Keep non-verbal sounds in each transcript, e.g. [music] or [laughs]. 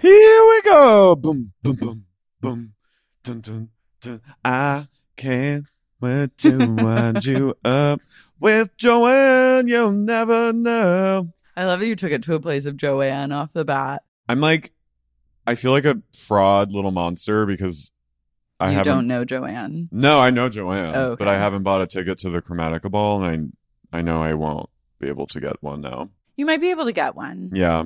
Here we go. Boom, boom, boom, boom. Dun, dun, dun. I can't wait to wind you up with Joanne. You'll never know. I love that you took it to a place of Joanne off the bat. I'm like, I feel like a fraud little monster because I you haven't. don't know Joanne. No, I know Joanne, Oh, okay. but I haven't bought a ticket to the Chromatica Ball, and I I know I won't be able to get one now. You might be able to get one. Yeah.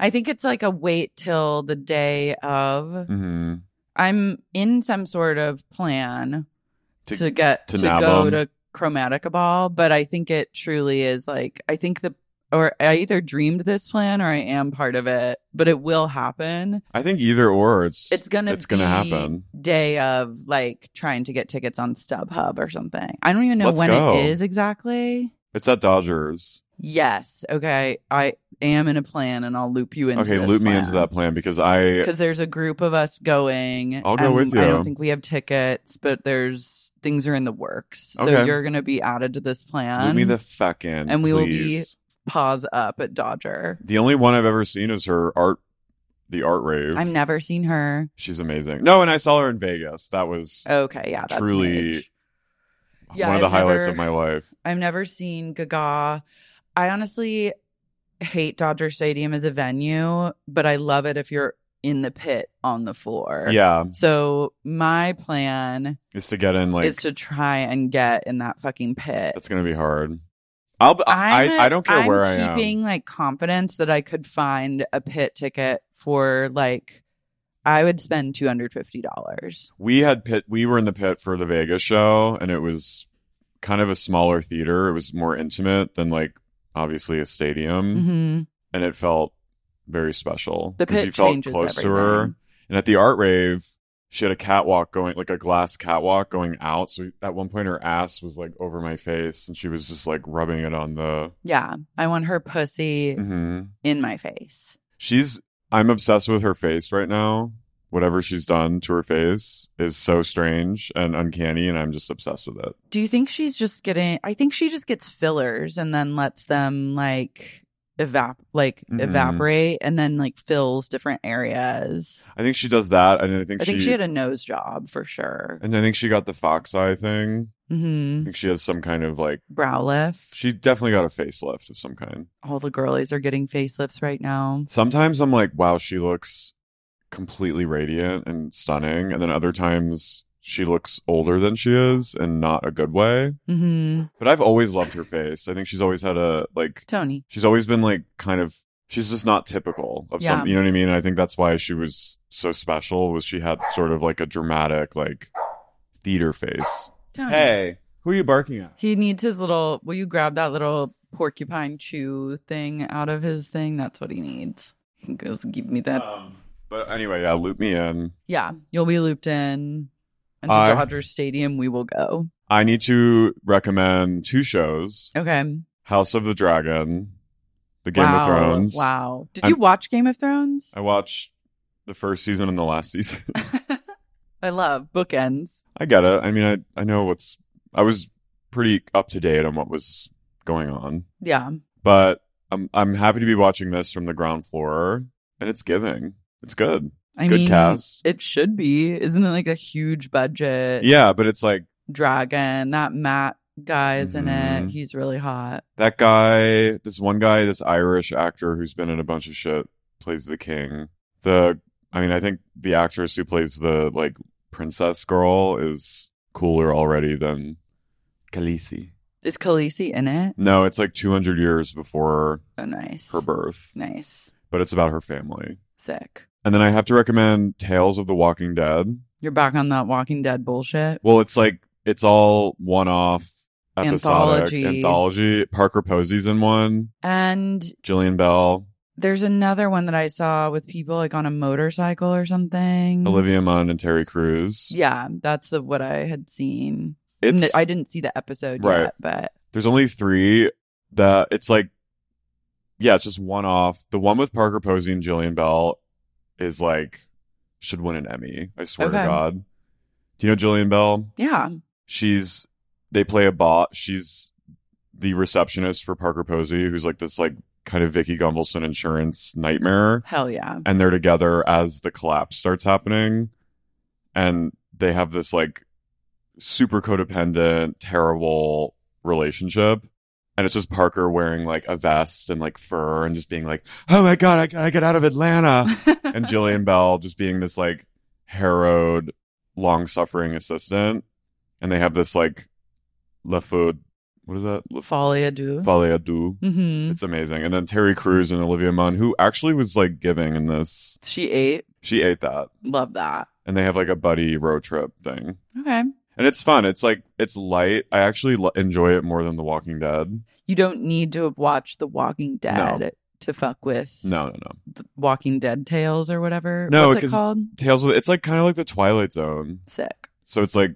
I think it's like a wait till the day of. hmm I'm in some sort of plan To- to, get to to, nab go 'em. to Chromatica Ball, but I think it truly is like I think the or I either dreamed this plan or I am part of it, but it will happen. I think either or, it's It's gonna it's gonna be happen. Day of like trying to get tickets on StubHub or something. I don't even know Let's when go. it is exactly. It's at Dodgers. Yes. Okay. I am in a plan, and I'll loop you into. okay, loop me into that plan because I because there's a group of us going. I'll go and with I you. don't think we have tickets, but there's things are in the works. So Okay. you're gonna be added to this plan. loop me the fuck in, and we will be- please. Pause up at Dodger. The only one I've ever seen is her art, the art rave. I've never seen her. She's amazing. No, and I saw her in Vegas. That was Okay. Yeah. That's Truly- Midge. Uh, yeah, one of the I've highlights never- of my life. I've never seen Gaga. I honestly hate Dodger Stadium as a venue, but I love it if you're in the pit on the floor. Yeah, So my plan is to get in like is to try and get in that fucking pit. that's gonna be hard. I'll b- I I'm- I, I don't care I'm where I keeping, am. like confidence that I could find a pit ticket for like I would spend two hundred fifty dollars. we had pit. We were in the pit for the Vegas show, and it was kind of a smaller theater. It was more intimate than like obviously a stadium, hmm and it felt very special The 'cause pit you felt changes close to her. everything. And at the art rave, she had a catwalk going, like a glass catwalk going out. So at one point, her ass was like over my face, and she was just like rubbing it on the. Yeah, I want her pussy Mhm. in my face. She's. I'm obsessed with her face right now. Whatever she's done to her face is so strange and uncanny, and I'm just obsessed with it. Do you think she's just getting? I think she just gets fillers and then lets them like evap like Mhm. evaporate and then like fills different areas. I think she does that, and I think I think she. she had a nose job for sure. and I think she got the fox eye thing. I hmm think she has some kind of like. Brow lift. She definitely got a facelift of some kind. All the girlies are getting facelifts right now. Sometimes I'm like, wow, she looks completely radiant and stunning. And then other times she looks older than she is and not a good way. hmm But I've always loved her face. I think she's always had a, like, Tony. she's always been like kind of, she's just not typical of Yeah. some, you know what I mean? And I think that's why she was so special was she had sort of like a dramatic, like theater face. Tony. Hey, who are you barking at? He needs his little. Will you grab that little porcupine chew thing out of his thing? That's what he needs. He goes, give me that. Um, but anyway, yeah, loop me in. yeah, you'll be looped in. And to I- Dodgers Stadium, we will go. I need to recommend two shows. Okay. House of the Dragon, the Game wow. of Thrones. Wow. Did I'm- you watch Game of Thrones? I watched the first season and the last [laughs] season. I love bookends. I get it. I mean, I, I know what's. I was pretty up to date on what was going on, Yeah. but I'm I'm happy to be watching this from the ground floor, and it's giving. It's good. I Good mean, cast. it should be. Isn't it like a huge budget? Yeah, but it's like Dragon, that Matt guy is in Mhm. it. He's really hot. That guy, this one guy, this Irish actor who's been in a bunch of shit, plays the king. The, I mean, I think the actress who plays the like princess girl is cooler already than Khaleesi. Is Khaleesi in it? No, it's like 200 years before Oh, nice. her birth, Nice. but it's about her family. Sick. And then I have to recommend Tales of the Walking Dead. You're back on that Walking Dead bullshit. Well, it's like it's all one-off episodic Anthology. anthology. Parker Posey's in one. And Jillian Bell, there's another one that I saw with people like on a motorcycle or something. Olivia Munn, and Terry Crews. Yeah, that's the what I had seen. It's N- I didn't see the episode Right. yet, but there's only three that it's like yeah, it's just one off. The one with Parker Posey and Jillian Bell is like should win an Emmy. I swear to Okay. God. Do you know Jillian Bell? yeah, She's they play a bot. She's the receptionist for Parker Posey, who's like this like kind of Vicky Gumbelson insurance nightmare. hell yeah. and they're together as the collapse starts happening and they have this like super codependent terrible relationship and it's just parker wearing like a vest and like fur and just being like oh my god i gotta get out of [laughs] atlanta [laughs] and jillian bell just being this like harrowed long-suffering assistant and they have this like la food what is that la Folly ado. folie à deux hmm it's amazing and then terry Crews and olivia munn who actually was like giving in this She ate. she ate that. Love that. And they have like a buddy road trip thing. Okay. And it's fun. It's like, it's light. I actually l- enjoy it more than The Walking Dead. You don't need to have watched The Walking Dead to fuck with No, no, no. the Walking Dead Tales or whatever. No, What's it 'cause- called? Tales of, it's like kind of like The Twilight Zone. Sick. So it's like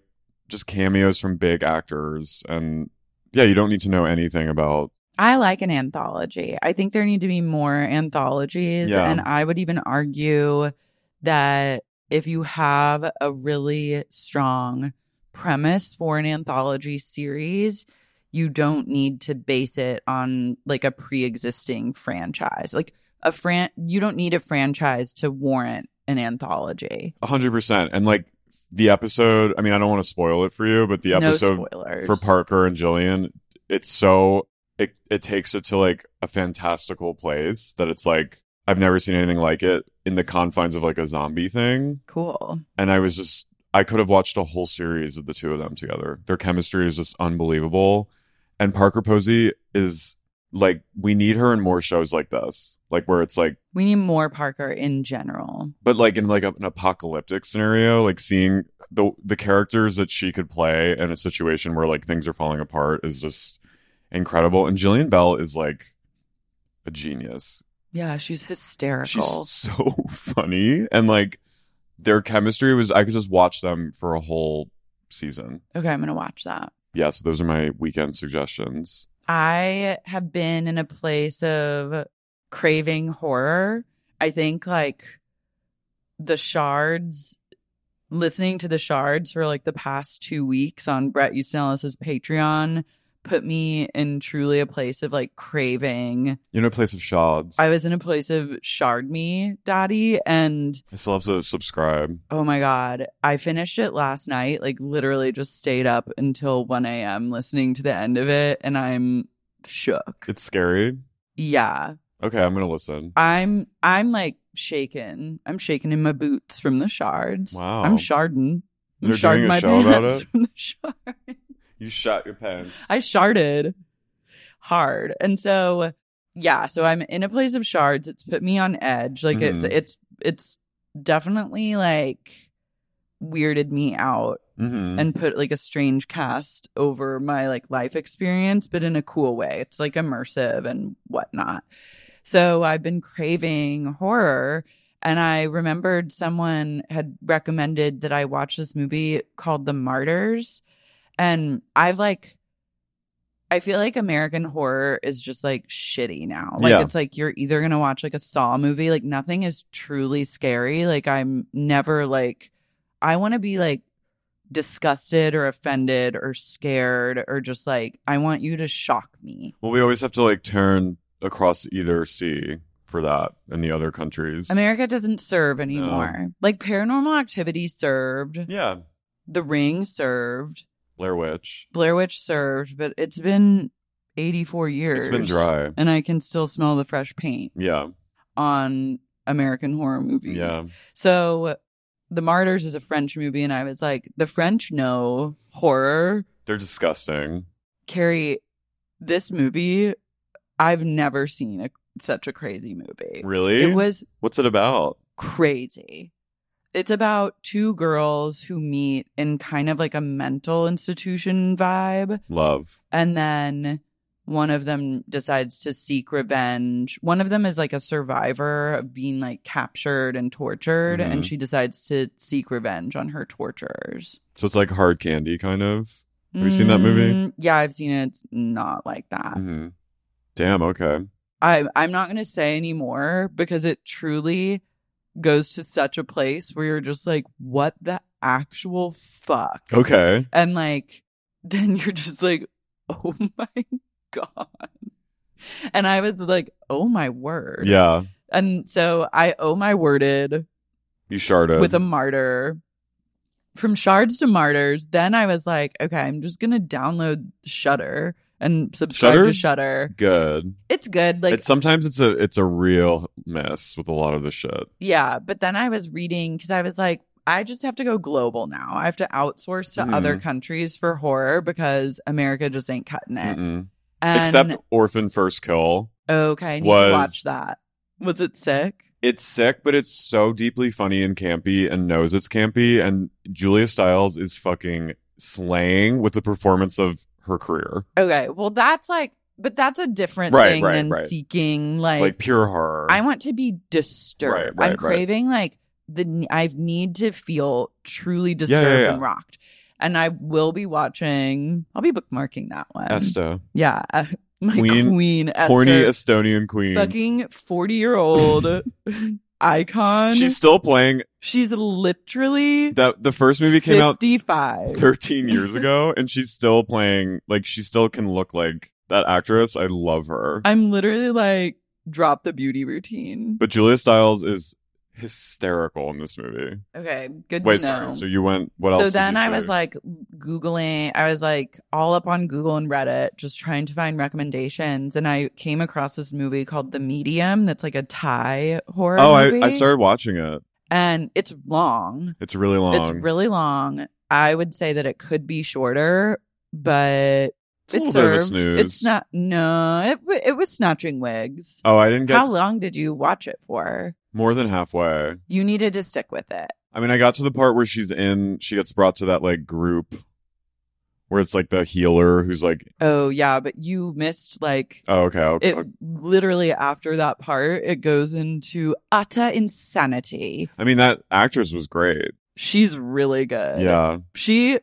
just cameos from big actors. And yeah, you don't need to know anything about, I like an anthology. I think there need to be more anthologies. Yeah. And I would even argue that if you have a really strong premise for an anthology series, you don't need to base it on like a pre existing franchise. Like a fran you don't need a franchise to warrant an anthology. 100%. And like the episode, I mean, I don't want to spoil it for you, but the episode no spoilers. for Parker and Jillian, it's so it it takes it to like a fantastical place that it's like I've never seen anything like it in the confines of like a zombie thing. cool. And I was just I could have watched a whole series of the two of them together. Their chemistry is just unbelievable. And Parker Posey is like we need her in more shows like this. Like where it's like We need more Parker in general. but like in like a, an apocalyptic scenario, like seeing the the characters that she could play in a situation where like things are falling apart is just incredible. And Jillian Bell is like a genius. Yeah, she's hysterical. She's [laughs] so funny, and like their chemistry was I could just watch them for a whole season. okay, I'm gonna watch that. Yeah, so those are my weekend suggestions. I have been in a place of craving horror. I think like the shards, listening to the shards for like the past two weeks on Brett Easton Ellis's Patreon put me in truly a place of like craving. You know, place of shards. I I, was in a place of shard me, daddy, and still have to subscribe. Oh my God. I finished it last night, like literally just stayed up until 1 a.m. listening to the end of it, and I'm shook. It's scary. Yeah. Okay, I'm gonna listen. I'm I'm like shaken. I'm shaken in my boots from the shards. Wow. I'm sharding. I'm They're doing sharding a my show about pants it? from the shard. You shot your pants. I sharded hard. And so yeah, so I'm in a place of shards. It's put me on edge. Like Mhm. it's it's it's definitely like weirded me out Mhm. and put like a strange cast over my like life experience, but in a cool way. It's like immersive and whatnot. So I've been craving horror. And I remembered someone had recommended that I watch this movie called The Martyrs. And I've like, I feel like American horror is just like shitty now. Like Yeah. it's like you're either going to watch like a Saw movie, like nothing is truly scary. Like I'm never like, I want to be like disgusted or offended or scared or just like, I want you to shock me. Well, we always have to like turn across either sea for that in the other countries. America doesn't serve anymore. Like paranormal activity served, yeah, The Ring served, Blair Witch. Blair Witch served, but it's been 84 years. It's been dry. And I can still smell the fresh paint Yeah, on American horror movies. yeah. So The Martyrs is a French movie, and I was like, the French know horror. They're disgusting. Carrie, this movie, I've never seen a, such a crazy movie. Really? It was What's it about? crazy. It's about two girls who meet in kind of like a mental institution vibe. Love. and then one of them decides to seek revenge. One of them is like a survivor of being like captured and tortured, and Mhm. she decides to seek revenge on her torturers. So it's like hard candy, kind of. Have you seen that movie? Mm, yeah, I've seen it. It's not like that. hmm Damn. Okay. I I'm not gonna say anymore because it truly goes to such a place where you're just like, what the actual fuck? Okay. And like, [laughs] then you're just like, oh [laughs] my God. And I was like, oh my word. Yeah. And so I oh my worded You sharded. with a martyr. From shards to martyrs, then I was like, okay, I'm just gonna download Shutter and subscribe to Shudder's- Shutter. good. It's good, like it's sometimes it's a it's a real mess with a lot of the shit. yeah. But then I was reading because I was like, I just have to go global now. I have to outsource to Mhm. other countries for horror because America just ain't cutting it. Mm-mm. And Except Orphan First Kill. Okay, I need was- to watch that. Was it sick? It's sick, but it's so deeply funny and campy and knows it's campy. And Julia Stiles is fucking slaying with the performance of her career. Okay, well that's like, but that's a different Right, thing right, than right. seeking. Like, Like, pure horror. I want to be disturbed. Right, right, I'm right. craving like the. I need to feel truly yeah, disturbed yeah. and rocked. And I will be watching. I'll be bookmarking that one. Esta. Yeah, uh, [laughs] my Queen- queen, Horny Esther, Estonian queen. fucking forty year [laughs] old icon. She's still playing she's literally that the first movie came out [laughs] fifty five. 13 years ago and she's still playing like she still can look like that actress. I love her. I'm literally like, drop the beauty routine. But Julia Stiles is hysterical in this movie. okay, good Wait, to know. sorry. So you went. What So else? did then you I say? was like Googling, I was like all up on Google and Reddit, just trying to find recommendations. And I came across this movie called The Medium that's like a Thai horror oh, movie. I, I started watching it. And it's long, It's really long. it's really long. I would say that it could be shorter, but It's a it little bit of a served. snooze. It's not, no, it, w- it was snatching wigs. Oh, I didn't get How long did you watch it for? more than halfway. You needed to stick with it. I mean, I got to the part where she's in. She gets brought to that like group where it's like the healer who's like, Oh yeah, but you missed like oh, okay, okay. it literally after that part it goes into utter insanity. I mean, that actress was great. She's really good. yeah, She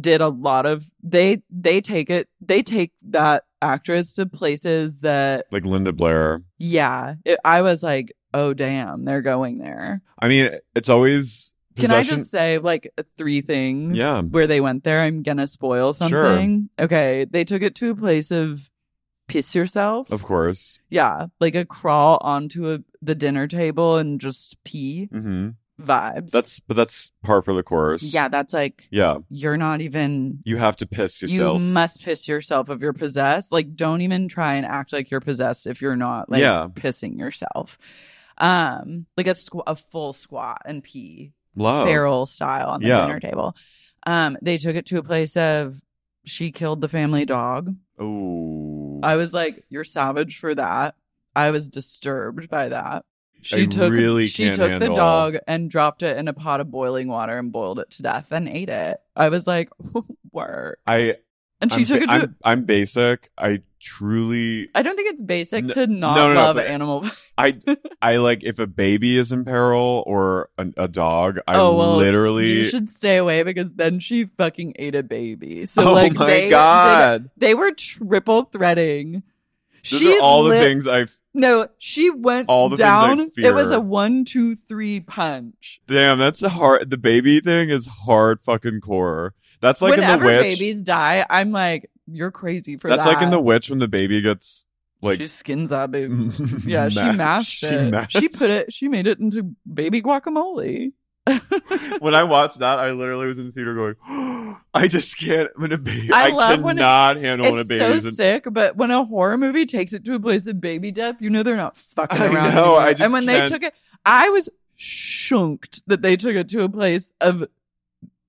did a lot of they they take it they take that actress to places that like Linda Blair. yeah, it, I was like, "Oh damn, they're going there." I mean, it's always. Can I possession- just say like three things Yeah. where they went there? I'm going to spoil Sure. something. Okay, they took it to a place of piss yourself. Of course. Yeah, like a crawl onto a, the dinner table and just pee hmm vibes. That's but that's par for the course. yeah, that's like Yeah. you're not even. You have to piss yourself. You must piss yourself if you're possessed. Like, don't even try and act like you're possessed if you're not like Yeah. pissing yourself. Um, like a squ- a full squat and pee Love. feral style on the Oh. Yeah. dinner table. Um, they took it to a place of she killed the family dog. Ooh. I was like, "You're savage for that." I was disturbed by that. She I took really she can't took the handle- dog and dropped it in a pot of boiling water and boiled it to death and ate it. I was like, [laughs] "Word!" I And she I'm, took ba- it to. I'm, I'm basic. I truly I don't think it's basic No- to not no, no, no, love but- animal. [laughs] I I like if a baby is in peril or a, a dog, I Oh, well, literally you should stay away because then she fucking ate a baby. [laughs] So Oh like, my they did- God. they were triple threading. Those are all the lit- things I No, she went All the things I down. It was fear. a one, two, three punch. damn, that's the hard the baby thing is hard fucking core. That's like in Whenever the witch. babies die, I'm like, you're crazy for that's that. like in the witch when the baby gets like [laughs] she skins that baby. Yeah, she mashed She [laughs] it. mashed. She put it. She made it into baby guacamole. when I watched that, I literally was in the theater going, [gasps] I just can't. I'm gonna be. I I, love when it- cannot handle when a it's so baby's. in sick, but when a horror movie takes it to a place of baby death, you know they're not [laughs] fucking I around. know, anymore. I just and when can't- they took it, I was shunked that they took it to a place of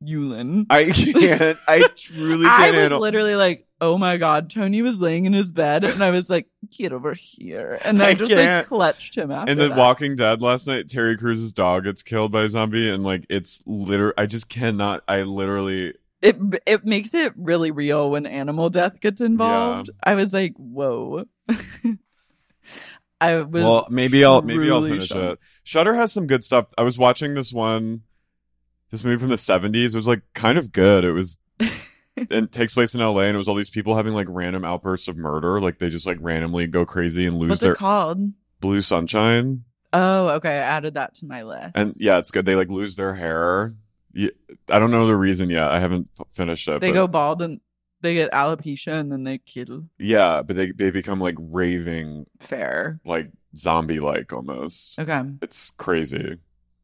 Yulin. I can't. I truly can't I was handle. literally like, oh my god, Tony was laying in his bed, and I was like, get over here, and [laughs] I, I just can't. like clutched him after. and the that. Walking Dead last night, Terry Crews' dog gets killed by a zombie, and like it's liter. I just cannot. I literally. it it makes it really real when animal death gets involved. I was like, whoa. [laughs] I was Well, maybe I'll maybe I'll truly finish shocked. it. Shutter has some good stuff. I was watching this one, this movie from the seventies. It was like kind of good. It [laughs] was. and it takes place in LA, and it was all these people having like random outbursts of murder. Like they just like randomly go crazy and lose What's their it called? blue sunshine. Oh, okay. I added that to my list. And yeah, it's good. They like lose their hair. Y- I don't know the reason yet. I haven't f- finished it. they but go bald and they get alopecia and then they kill. yeah, but they they become like raving, Fair. like zombie like almost. Okay. It's crazy,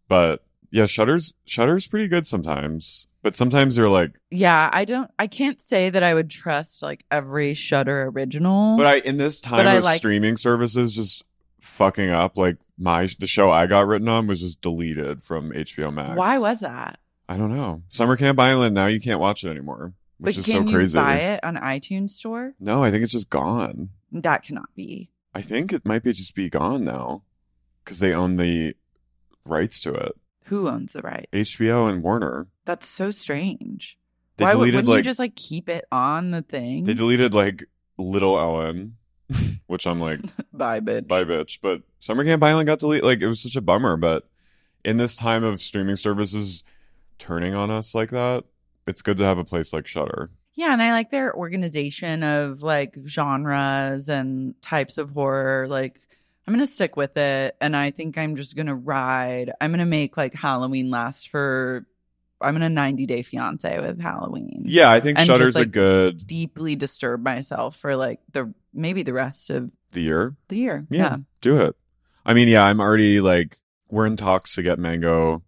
but yeah, Shutter's Shutter's pretty good sometimes. But sometimes you're like, Yeah, I don't. I can't say that I would trust like every Shutter original. but I in this time I of like- streaming services just fucking up. Like my the show I got written on was just deleted from HBO Max. why was that? I don't know Summer Camp Island? Now you can't watch it anymore, which but is can so you crazy. buy it on iTunes store? No, I think it's just gone. That cannot be. I think it might be just be gone now because they own the rights to it. Who owns the right? HBO and Warner. That's so strange. They Why would- deleted wouldn't you like just like keep it on the thing? they deleted like Little Ellen, [laughs] which I'm [laughs] like Bye, bitch. bye bitch. But Summer Camp Island got deleted. Like it was such a bummer. But in this time of streaming services turning on us like that, it's good to have a place like Shutter. Yeah, and I like their organization of like genres and types of horror. Like, I'm gonna stick with it, and I think I'm just gonna ride. I'm gonna make like Halloween last for. I'm gonna 90 Day Fiance with Halloween. Yeah, I think And just, Shutter's a like, good deeply disturb myself for like the maybe the rest of the year. the year. Yeah, do it. I mean, yeah, I'm already like we're in talks to get Mango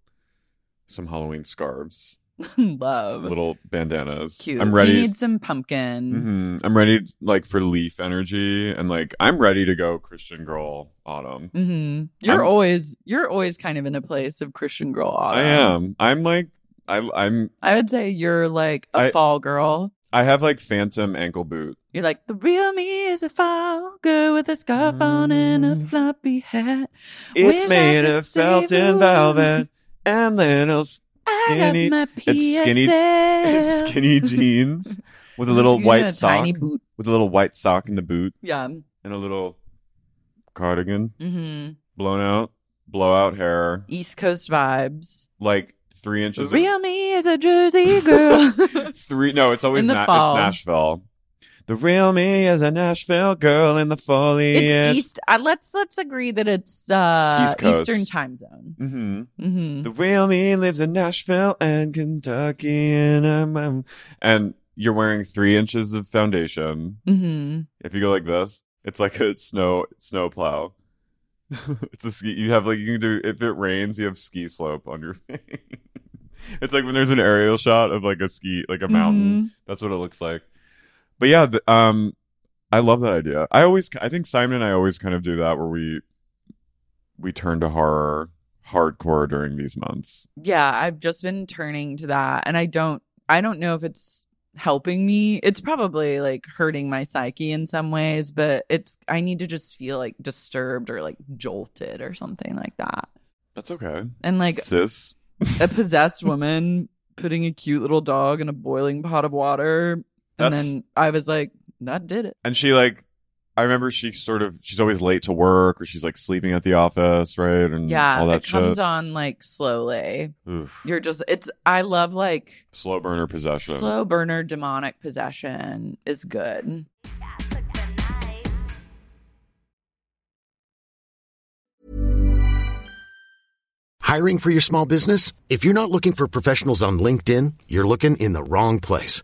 some Halloween scarves. [laughs] love. little bandanas. Cute. I'm ready. You need some pumpkin. Mhm. I'm ready like for leaf energy and like I'm ready to go Christian girl autumn. hmm You're I'm- always you're always kind of in a place of Christian girl autumn. I am. I'm like I I'm I would say you're like a I- fall girl. I have like phantom ankle boot. You're like the real me is a fall girl with a scarf on and Mm. a floppy hat. Wish I could save the world. and little s- I got my it's skinny- [laughs] PSL. skinny jeans with a Just little in white a sock tiny boot. with a little white sock in the boot Yeah. and a little cardigan hmm blown out blowout hair East Coast vibes. like three inches of Real me is a Jersey [laughs] girl. Three. No, it's always In the Na- fall. it's Nashville. The real me is a Nashville girl in the it's foliage. East. Uh, let's let's agree that it's uh, East Coast. Eastern time zone. hmm hmm The real me lives in Nashville and Kentucky, and I'm, I'm- and you're wearing three inches of foundation. hmm If you go like this, it's like a snow snow plow. [laughs] it's a ski. You have like you can do if it rains, you have ski slope on your [laughs] face. it's like when there's an aerial shot of like a ski, like a mountain. That's what it looks like. But yeah, th- um, I love that idea. I always, I think Simon and I always kind of do that where we we turn to horror hardcore during these months. yeah i've just been turning to that and i don't i don't know if it's helping me it's probably like hurting my psyche in some ways but it's i need to just feel like disturbed or like jolted or something like that That's okay, and like sis. [laughs] a possessed woman putting a cute little dog in a boiling pot of water and That's- then i was like that did it And she like, I remember she sort of she's always late to work or she's like sleeping at the office, right? And yeah Mm, all that it comes shit. on like slowly Oof. you're just it's i love like Slow burner possession. slow burner demonic possession is good Hiring for your small business? If you're not looking for professionals on LinkedIn, you're looking in the wrong place.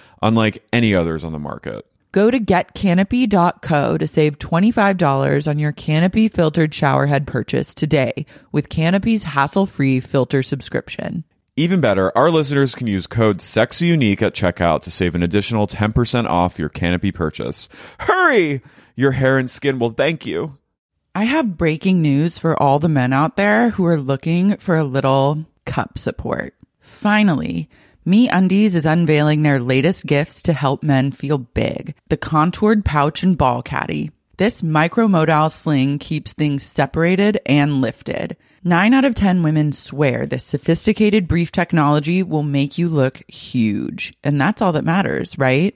unlike any others on the market. Go to getcanopy.co to save $25 on your Canopy filtered showerhead purchase today with Canopy's hassle free filter subscription. Even better, our listeners can use code SEXYUNIQUE at checkout to save an additional 10% off your Canopy purchase. Hurry! Your hair and skin will thank you. I have breaking news for all the men out there who are looking for a little cup support. Finally, Me Undies is unveiling their latest gifts to help men feel big the contoured pouch and ball caddy. This micromodal sling keeps things separated and lifted. Nine out of 10 women swear this sophisticated brief technology will make you look huge. And that's all that matters, right?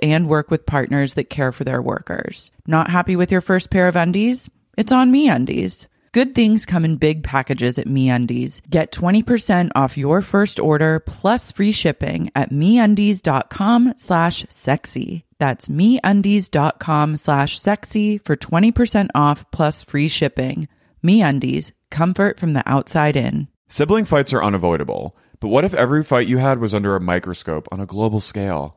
and work with partners that care for their workers. Not happy with your first pair of undies? It's on me undies. Good things come in big packages at MeUndies. Get 20% off your first order plus free shipping at MeUndies.com slash sexy. That's MeUndies.com slash sexy for 20% off plus free shipping. MeUndies, comfort from the outside in. Sibling fights are unavoidable, but what if every fight you had was under a microscope on a global scale?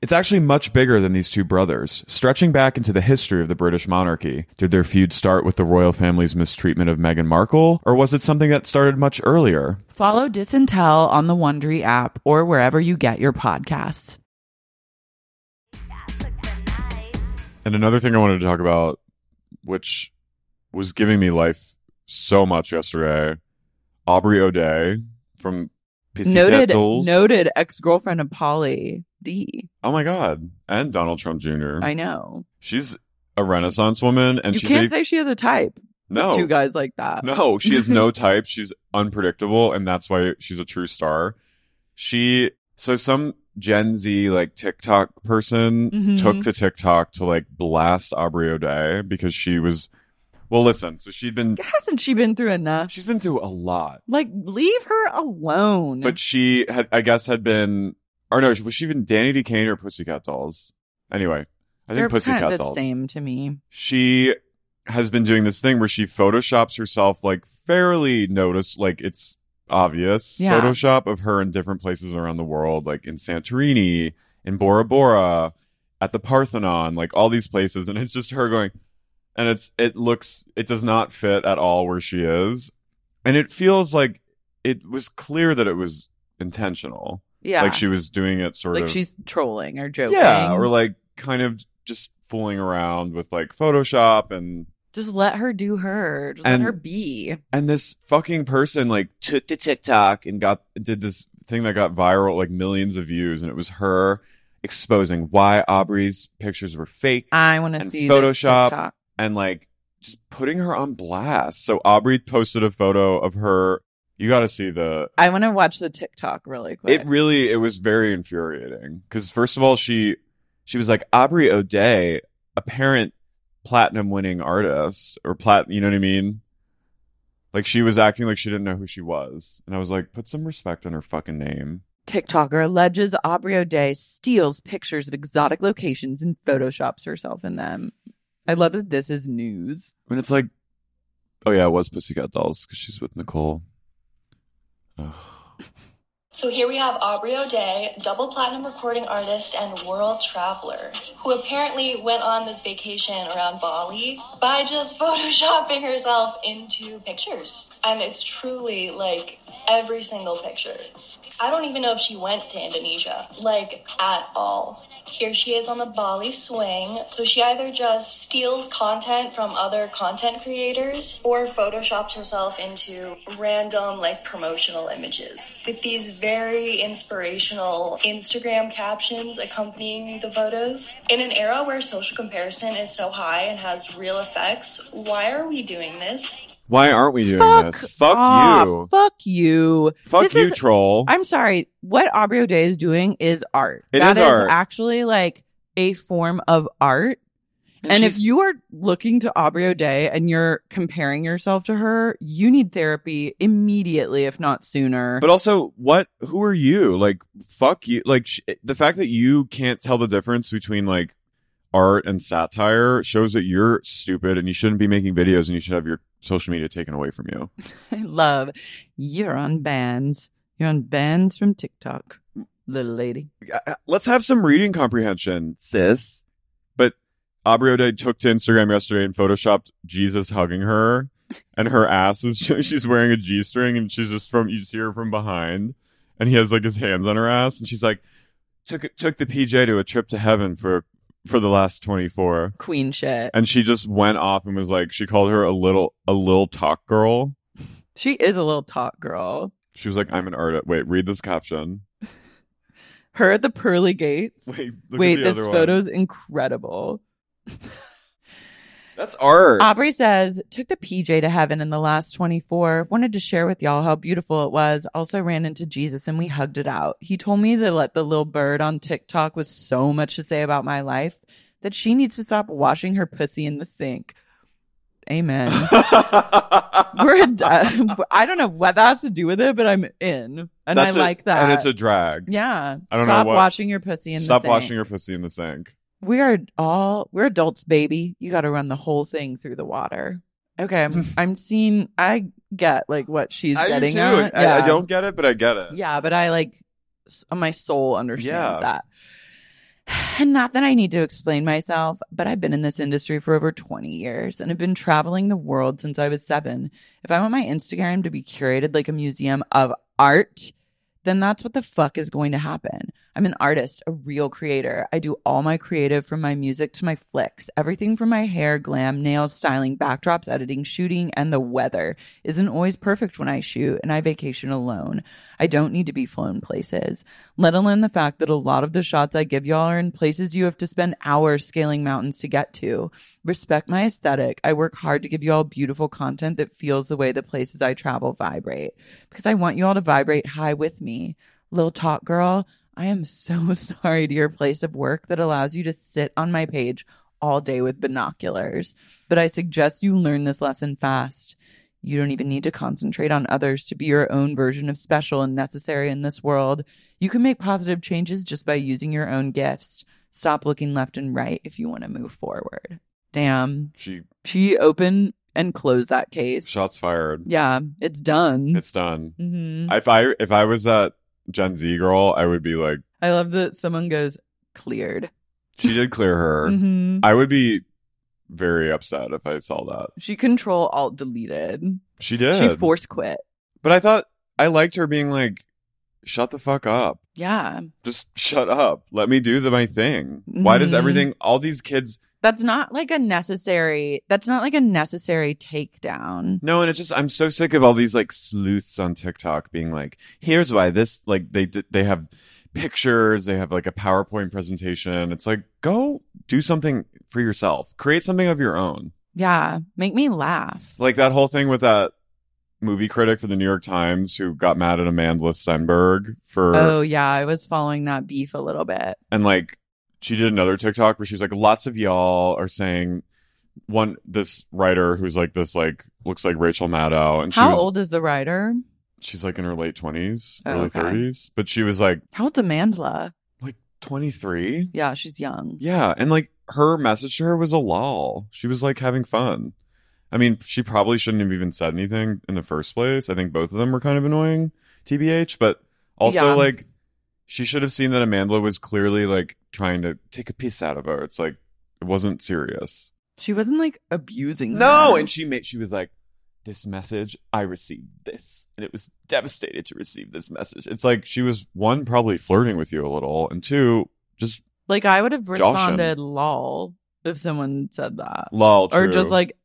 It's actually much bigger than these two brothers, stretching back into the history of the British monarchy. Did their feud start with the royal family's mistreatment of Meghan Markle, or was it something that started much earlier? Follow Disintel on the Wondery app or wherever you get your podcasts. And another thing I wanted to talk about, which was giving me life so much yesterday, Aubrey O'Day from PC noted Cat noted ex-girlfriend of Polly D. Oh my god! And Donald Trump Jr. I know. she's a Renaissance woman, and you she's can't a, say she has a type. no Two guys like that. Oh. No, she has [laughs] no type. She's unpredictable, and that's why she's a true star. She so some Gen Z like TikTok person Mhm. took to TikTok to like blast Aubrey O'Day because she was well. Listen, so she'd been Hasn't she been through enough? she's been through a lot, Like, leave her alone. but she had I guess had been or no, was she even Danny DeCane or Pussycat Dolls? Anyway, I They're think Pussycat kind of the Dolls. same to me. She has been doing this thing where she photoshops herself like fairly notice like it's obvious Yeah. photoshop of her in different places around the world like in Santorini, in Bora Bora, at the Parthenon, like all these places and it's just her going and it's it looks it does not fit at all where she is. And it feels like it was clear that it was intentional. Yeah, Like she was doing it sort Like of she's trolling or joking. yeah, or like kind of just fooling around with like Photoshop and just let her do her. Just And- let her be. and this fucking person like took to TikTok and got did this thing that got viral like millions of views and it was her exposing why Aubrey's pictures were fake I want to And see Photoshop. This TikTok. and like just putting her on blast. So Aubrey posted a photo of her. You got to see the I want to watch the TikTok really quick. It really it was very infuriating because first of all she she was like Aubrey O'Day, apparent platinum winning artist or plat you know what I mean. Like she was acting like she didn't know who she was, and I was like, put some respect on her fucking name. TikToker alleges Aubrey O'Day steals pictures of exotic locations and photoshops herself in them. I love that this is news. When it's like, oh yeah, it was Pussycat Dolls because she's with Nicole. Ugh. So here we have Aubrey O'Day, double platinum recording artist and world traveler, who apparently went on this vacation around Bali by just [laughs] photoshopping herself into pictures. And it's truly like every single picture. I don't even know if she went to Indonesia, like at all. Here she is on the Bali swing. So she either just steals content from other content creators or photoshops herself into random like promotional images with these very inspirational Instagram captions accompanying the photos. In an era where social comparison is so high and has real effects, why are we doing this? Why aren't we doing Fuck, this? Fuck off. you. Fuck you. Fuck this you, is- troll. I'm sorry. What Aubrey O'Day is doing is art. It That is is art. actually like a form of art. And, if she's- you are looking to Aubrey O'Day and you're comparing yourself to her, you need therapy immediately, if not sooner. But also, what? Who are you? Like, fuck you. Like, sh- the fact that you can't tell the difference between like art and satire shows that you're stupid and you shouldn't be making videos and you should have your social media taken away from you. I [laughs] love you're on bans. You're on bans from TikTok, little lady. Uh, Let's have some reading comprehension, sis. But Aubrey O'Day took to Instagram yesterday and photoshopped Jesus hugging her, and her ass is [laughs] she's wearing a g string and she's just from you see her from behind, and he has like his hands on her ass, and she's like took took the PJ to a trip to heaven for for the last twenty four, Queen shit. and she just went off and was like she called her a little a little talk girl. She is a little talk girl. She was like, I'm an artist. Wait, read this caption. Her at the pearly gates. Wait, look at Wait, the this other one. photo's incredible. [laughs] That's art. Aubrey says, took the PJ to heaven in the last 24. Wanted to share with y'all how beautiful it was. Also ran into Jesus and we hugged it out. He told me that let the little bird on TikTok was so much to say about my life that she needs to stop washing her pussy in the sink. Amen. [laughs] We're ad- I don't know what that has to do with it, but I'm in. And That's I a- like that. And it's a drag. yeah. I don't know Stop what- washing your pussy in Stop the sink. washing your pussy in the sink. We are all we're adults, baby. You got to run the whole thing through the water. Okay, [laughs] I'm seeing. I get like what she's getting at. I, I don't get it, but I get it. Yeah, but I like s- my soul Yeah. understands that. [sighs] And not that I need to explain myself, but I've been in this industry for over 20 years and have been traveling the world since I was seven. If I want my Instagram to be curated like a museum of art, then that's what the fuck is going to happen. I'm an artist, a real creator. I do all my creative from my music to my flicks. Everything from my hair, glam, nails, styling, backdrops, editing, shooting, and the weather isn't always perfect when I shoot and I vacation alone. I don't need to be flown places, let alone the fact that a lot of the shots I give y'all are in places you have to spend hours scaling mountains to get to. Respect my aesthetic. I work hard to give y'all beautiful content that feels the way the places I travel vibrate because I want y'all to vibrate high with me. Little talk girl, I am so [laughs] sorry to your place of work that allows you to sit on my page all day with binoculars, but I suggest you learn this lesson fast. You don't even need to concentrate on others to be your own version of special and necessary in this world. You can make positive changes just by using your own gifts. Stop looking left and right if you want to move forward. Damn. She She opened and closed that case. shots fired. Yeah, it's done. It's done. hmm If I if I was that Gen Z girl, I would be like, I love that someone goes cleared. she did clear her. hmm I would be very upset if I saw that. She control alt deleted. She did. She force quit. but I thought I liked her being like, shut the fuck up. Yeah, Just shut up. Let me do the, my thing. Why does Mhm. everything, all these kids, that's not like a necessary. That's not like a necessary takedown. no, and it's just, I'm so sick of all these like sleuths on TikTok being like, here's why this, like, they, did they have pictures, they have like a PowerPoint presentation. It's like, go do something for yourself, create something of your own. Yeah, make me laugh. Like that whole thing with that movie critic for the New York Times who got mad at Amanda Stenberg for Oh yeah, I was following that beef a little bit. and like she did another TikTok where she's like, lots of y'all are saying one this writer who's like this like looks like Rachel Maddow, and she How was old is the writer? she's like in her late twenties, Oh, early okay. thirties, but she was like How old's Amandla? like twenty three, Yeah, she's young. yeah, and like her message to her was a lol. She was like having fun. I mean, she probably shouldn't have even said anything in the first place. I think both of them were kind of annoying, tbh, but also Yeah. like. She should have seen that Amanda was clearly like trying to take a piece out of her. It's like it wasn't serious. She wasn't like abusing. No, her. and she made she was like, "This message, I received this, and it was devastated to receive this message." It's like she was one probably flirting with you a little, and two just like I would have Josh him. responded lol if someone said that. lol, or true. just like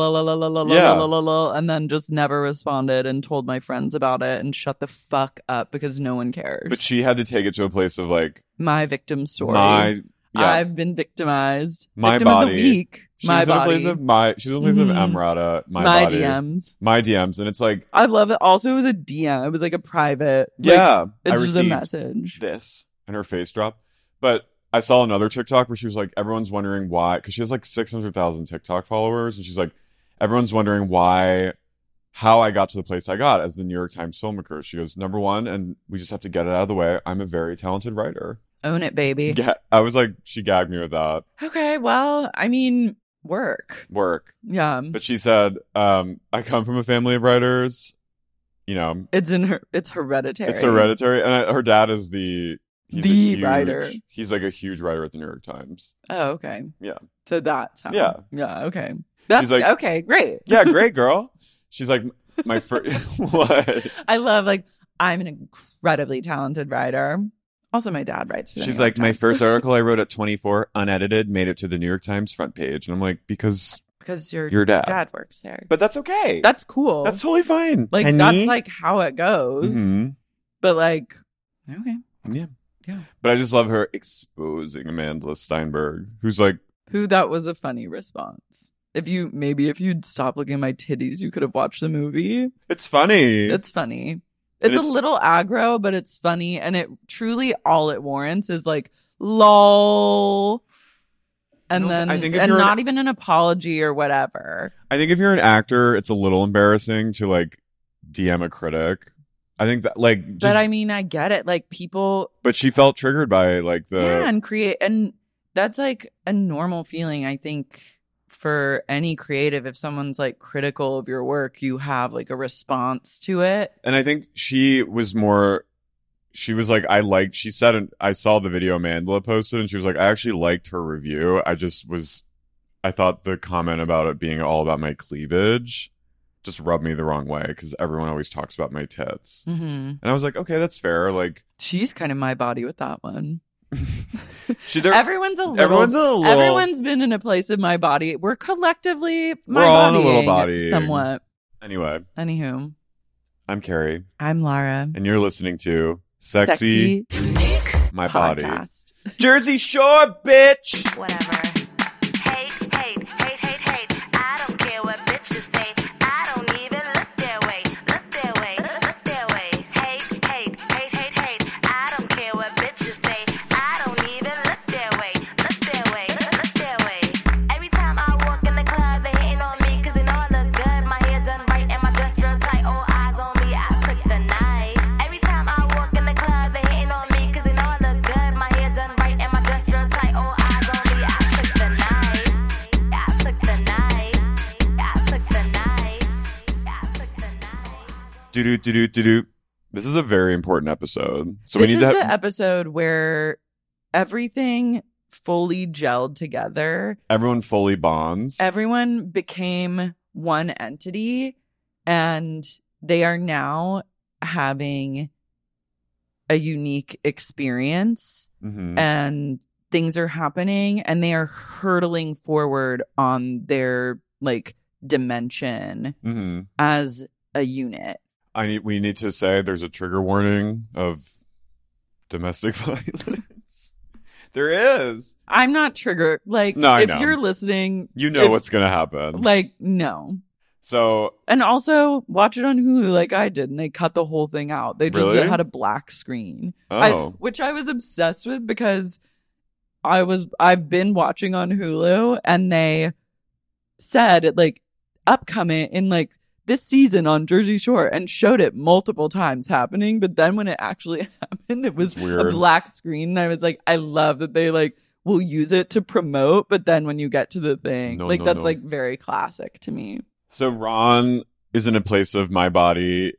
Yeah. lol and then just never responded and told my friends about it and shut the fuck up because no one cares But she had to take it to a place of like my victim story my yeah. i've been victimized My victim of body. the week she my was in a place body of my. She's in a place Mhm. of Emrata. My, my body, dms my DMs, and it's like i love it also it was a dm it was like a private like, yeah, I it's just a received message this and her face drop. But I saw another TikTok where she was like, everyone's wondering why, because she has like 600,000 TikTok followers. And she's like, everyone's wondering why, how I got to the place I got as the New York Times filmmaker. She goes, number one, and we just have to get it out of the way. I'm a very talented writer. own it baby Yeah. I was like, she gagged me with that okay well i mean work work. yeah But she said, um, I come from a family of writers. You know, it's in her it's hereditary it's hereditary. And I, her dad is the. He's a The huge- writer. He's like a huge writer at the New York Times. Oh, okay. Yeah. So that's how. Yeah. Yeah. Okay. That's like- okay. Great. yeah, great girl. She's like my [laughs] first. what? I love like I'm an incredibly talented writer. Also, my dad writes for. the She's New York like my Times. first article I wrote at 24, unedited, made it to the New York Times front page, and I'm like because. because your your dad. works there. [laughs] But that's okay. that's cool. that's totally fine. like Henny. that's like how it goes. Mhm. But like, okay, Yeah. Yeah. But I just love her exposing Amanda Steinberg, who's like, who that was a funny response. If you maybe if you'd stop looking at my titties, you could have watched the movie. it's funny. It's funny. And It's, a it's- little aggro, but it's funny, and it truly all it warrants is like lol, and No, then I think if and you're an- not even an apology or whatever. I think if you're an actor, it's a little embarrassing to like DM a critic. I think that like, just, but I mean, I get it. Like people, but she felt triggered by like the yeah, and create, and that's like a normal feeling. I think for any creative, if someone's like critical of your work, you have like a response to it. And I think she was more. She was like, I liked. She said, and I saw the video Mandela posted, and she was like, I actually liked her review. I just was, I thought the comment about it being all about my cleavage just rubbed me the wrong way because everyone always talks about my tits, [laughs] hmm and I was like, okay, that's fair. Like, She's kind of my body with that one. she [laughs] there. everyone's a little. everyone's a little. Everyone's been in a place of my body. We're collectively my We're all in a little bodying bodying. somewhat. Anyway, Anywho, I'm Carrie, I'm Lara. and you're listening to Sexy, My Body. podcast. Jersey Shore, bitch. whatever. Hate, hate, hate, hate, hate. I don't care what bitches say. I don't even look their way. Look their way. Look their way. Hate, hate, hate, hate, hate. I don't care what bitches say. I don't even look their way. Look their way. Look their way. Every time I walk in the club, they hating on me 'cause they know I look good. My hair done right and my dress real tight. All eyes on me. I took the night. Every time I walk in the club, they hating on me 'cause they know I look good. My hair done right and my dress real tight. Do do do do do do. This is a very important episode, so this we need is to. the Have, episode where everything fully gelled together. everyone fully bonds. Everyone became one entity, and they are now having a unique experience, Mhm. and things are happening, and they are hurtling forward on their like dimension Mhm. as a unit. I need. We need to say there's a trigger warning of domestic [laughs] violence. there is. I'm not triggered. Like, No, I if know. you're listening, You know If- what's gonna happen. like, no. so And also watch it on Hulu like I did, and they cut the whole thing out. They just Really? had a black screen, oh. I- which I was obsessed with because I was I've been watching on Hulu, and they said it like upcoming in like this season on Jersey Shore, and showed it multiple times happening. But then when it actually [laughs] happened, it was It's weird. a black screen, and I was like, I love that they like will use it to promote, but then when you get to the thing, No, like no, that's no. like very classic to me. So Ron is in a place of my body,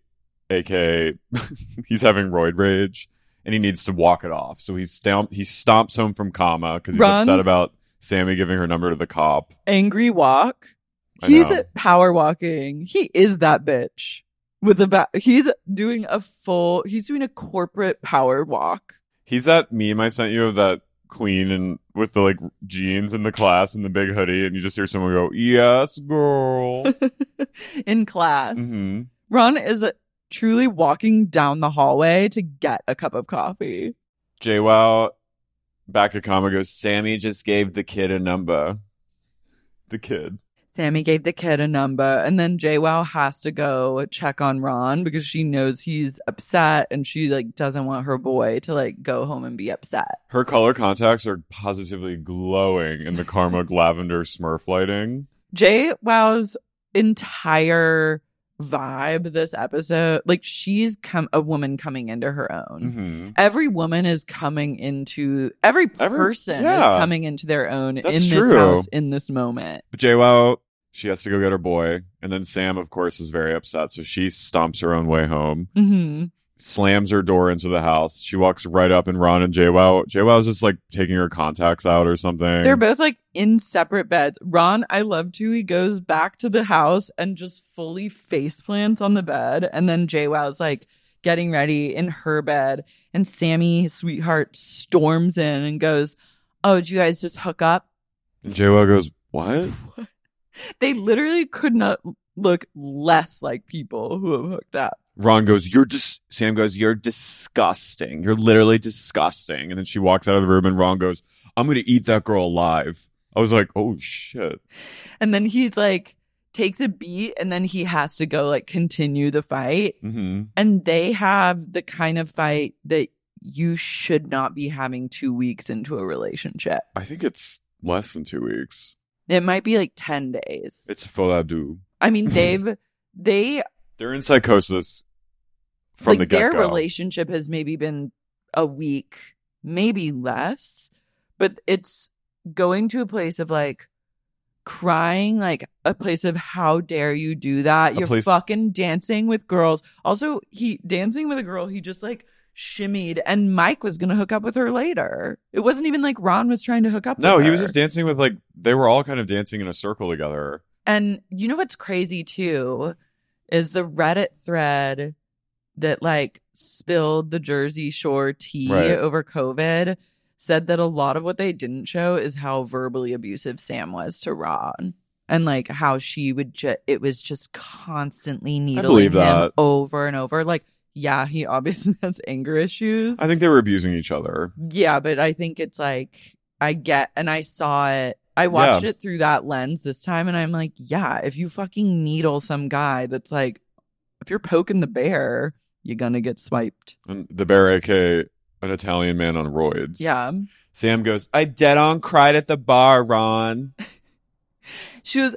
aka [laughs] he's having roid rage, and he needs to walk it off. So he stomp he stomps home from coma because he's Runs. upset about Sammy giving her number to the cop. angry walk. I He's know. at power walking. He is that bitch with the ba- he's doing a full he's doing a corporate power walk. [laughs] He's that meme I sent you of that queen and with the like jeans and the class and the big hoodie, and you just hear someone go, [laughs] "Yes, girl." in class. hmm Ron is truly walking down the hallway to get a cup of coffee. Jay Wow back at coma goes, "Sammy just gave the kid a number." The kid. Sammy gave the kid a number, and then JWoww has to go check on Ron because she knows he's upset, and she like doesn't want her boy to like go home and be upset. Her color contacts are positively glowing in the [laughs] Karma lavender smurf lighting. Jay Wow's entire vibe this episode, like she's come a woman coming into her own. Mm-hmm. Every woman is coming into every Every- person yeah. is coming into their own That's in true. this house in this moment. But JWoww, she has to go get her boy. And then Sam, of course, is very upset. So she stomps her own way home, hmm slams her door into the house. She walks right up and Ron and JWoww. JWoww's just like taking her contacts out or something. They're both like in separate beds. Ron, I love too. He goes back to the house and just fully face plants on the bed. And then Jay Wow's like getting ready in her bed. And Sammy, his sweetheart, storms in and goes, Oh, did you guys just hook up? and JWoww goes, [laughs] What? They literally could not look less like people who have hooked up. Ron goes, You're just, Sam goes, You're disgusting. You're literally disgusting. And then she walks out of the room and Ron goes, I'm going to eat that girl alive. I was like, Oh shit. And then he's like, takes a beat and then he has to go like continue the fight. Mm-hmm. and they have the kind of fight that you should not be having two weeks into a relationship. I think it's less than two weeks. It might be like 10 days. It's full ado. I mean, they've, they, They're in psychosis from like, the their get go. relationship has maybe been a week, maybe less, but it's going to a place of like, crying like a place of how dare you do that A you're place- fucking dancing with girls also he dancing with a girl he just like shimmied and mike was gonna hook up with her later it wasn't even like ron was trying to hook up no, with he was her. just dancing with like they were all kind of dancing in a circle together. And you know what's crazy too is the Reddit thread that like spilled the Jersey Shore tea Right. over COVID said that a lot of what they didn't show is how verbally abusive Sam was to Ron and like how she would ju- it was just constantly needling believe him that. over and over like yeah he obviously [laughs] has anger issues I think they were abusing each other. yeah, but I think it's like I get and I saw it. I watched it through that lens this time and I'm like, yeah, if you fucking needle some guy that's like if you're poking the bear, you're gonna get swiped. And the bear aka an Italian man on roids. Yeah. Sam goes, I dead on cried at the bar, Ron. She was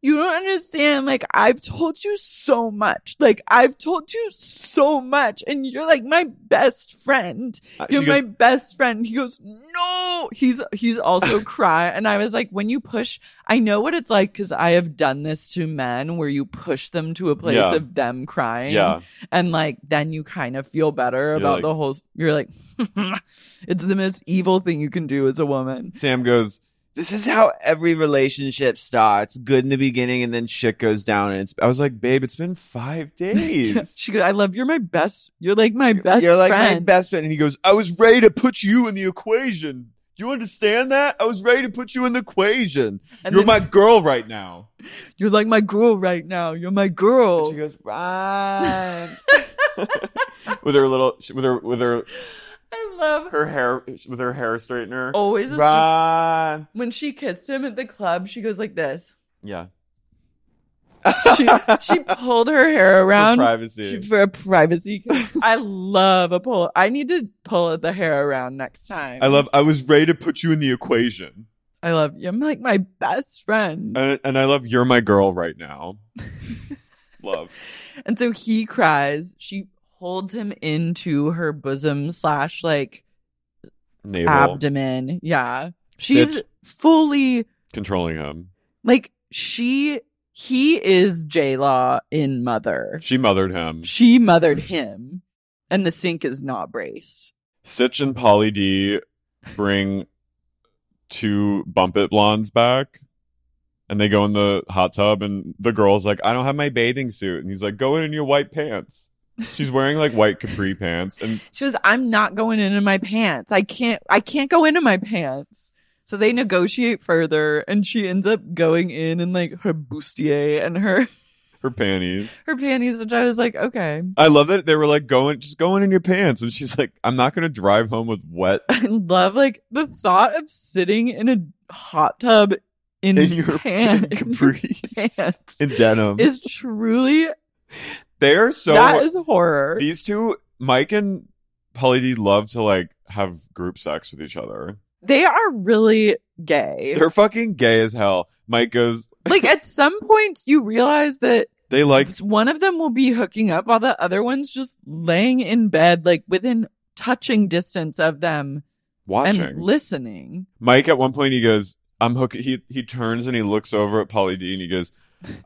you don't understand. Like, I've told you so much. Like, I've told you so much. And you're like my best friend. Uh, she You're my goes- best friend. He goes, no. He's, [laughs] he's also cry. And I was like, when you push, I know what it's like because I have done this to men where you push them to a place Yeah. of them crying. Yeah. And like, then you kind of feel better about like- the whole, you're like, [laughs] it's the most evil thing you can do as a woman. Sam goes, This is how every relationship starts. Good in the beginning and then shit goes down. And it's, I was like, babe, it's been [laughs] five days. She goes, I love you're my best. You're like my best You're like my friend. best friend. And he goes, I was ready to put you in the equation. You understand that? I was ready to put you in the equation. And You're then- my girl right now. You're like my girl right now. You're my And girl. she goes, [laughs] right. [laughs] with her little, with her, with her, I love her her. hair, with her hair straightener. Always a Right. when she kissed him at the club, she goes [laughs] like this. Yeah. She she pulled her hair around privacy. She- for a privacy. kiss. I love a pull. I need to pull the hair around next time. I love, I was ready to put you in the equation. I love you. I'm like my best friend. And, and I love, you're my girl right now. love. And so he cries. She holds him into her bosom slash like Navel. abdomen. Yeah. She's fully Controlling him. like she he is J Law in Mother. She mothered him. She mothered him. And the sink is not braced. Sitch and Polly D bring two bump it blondes back and they go in the hot tub and the girl's like, I don't have my bathing suit. And he's like, Go in in your white pants. She's wearing like white capri pants and She was, I'm not going into my pants. I can't I can't go into my pants. So they negotiate further and she ends up going in in like her bustier and her her panties. her panties, which I was like, okay. [laughs] I love that they were like going just going in your pants and she's like, I'm not gonna drive home with wet I love like the thought of sitting in a hot tub [laughs] in, in your pants, pant [laughs] capri [laughs] pants in denim. is truly They're so that is horror. these two Mike and Polly D love to like have group sex with each other. they are really gay. They're [laughs] fucking gay as hell. Mike goes, like at some points you realize that they like one of them will be hooking up while the other one's just laying in bed like within touching distance of them and watching. listening. Mike at one point he goes, I'm hooking he he turns and he looks over at Polly D and he goes,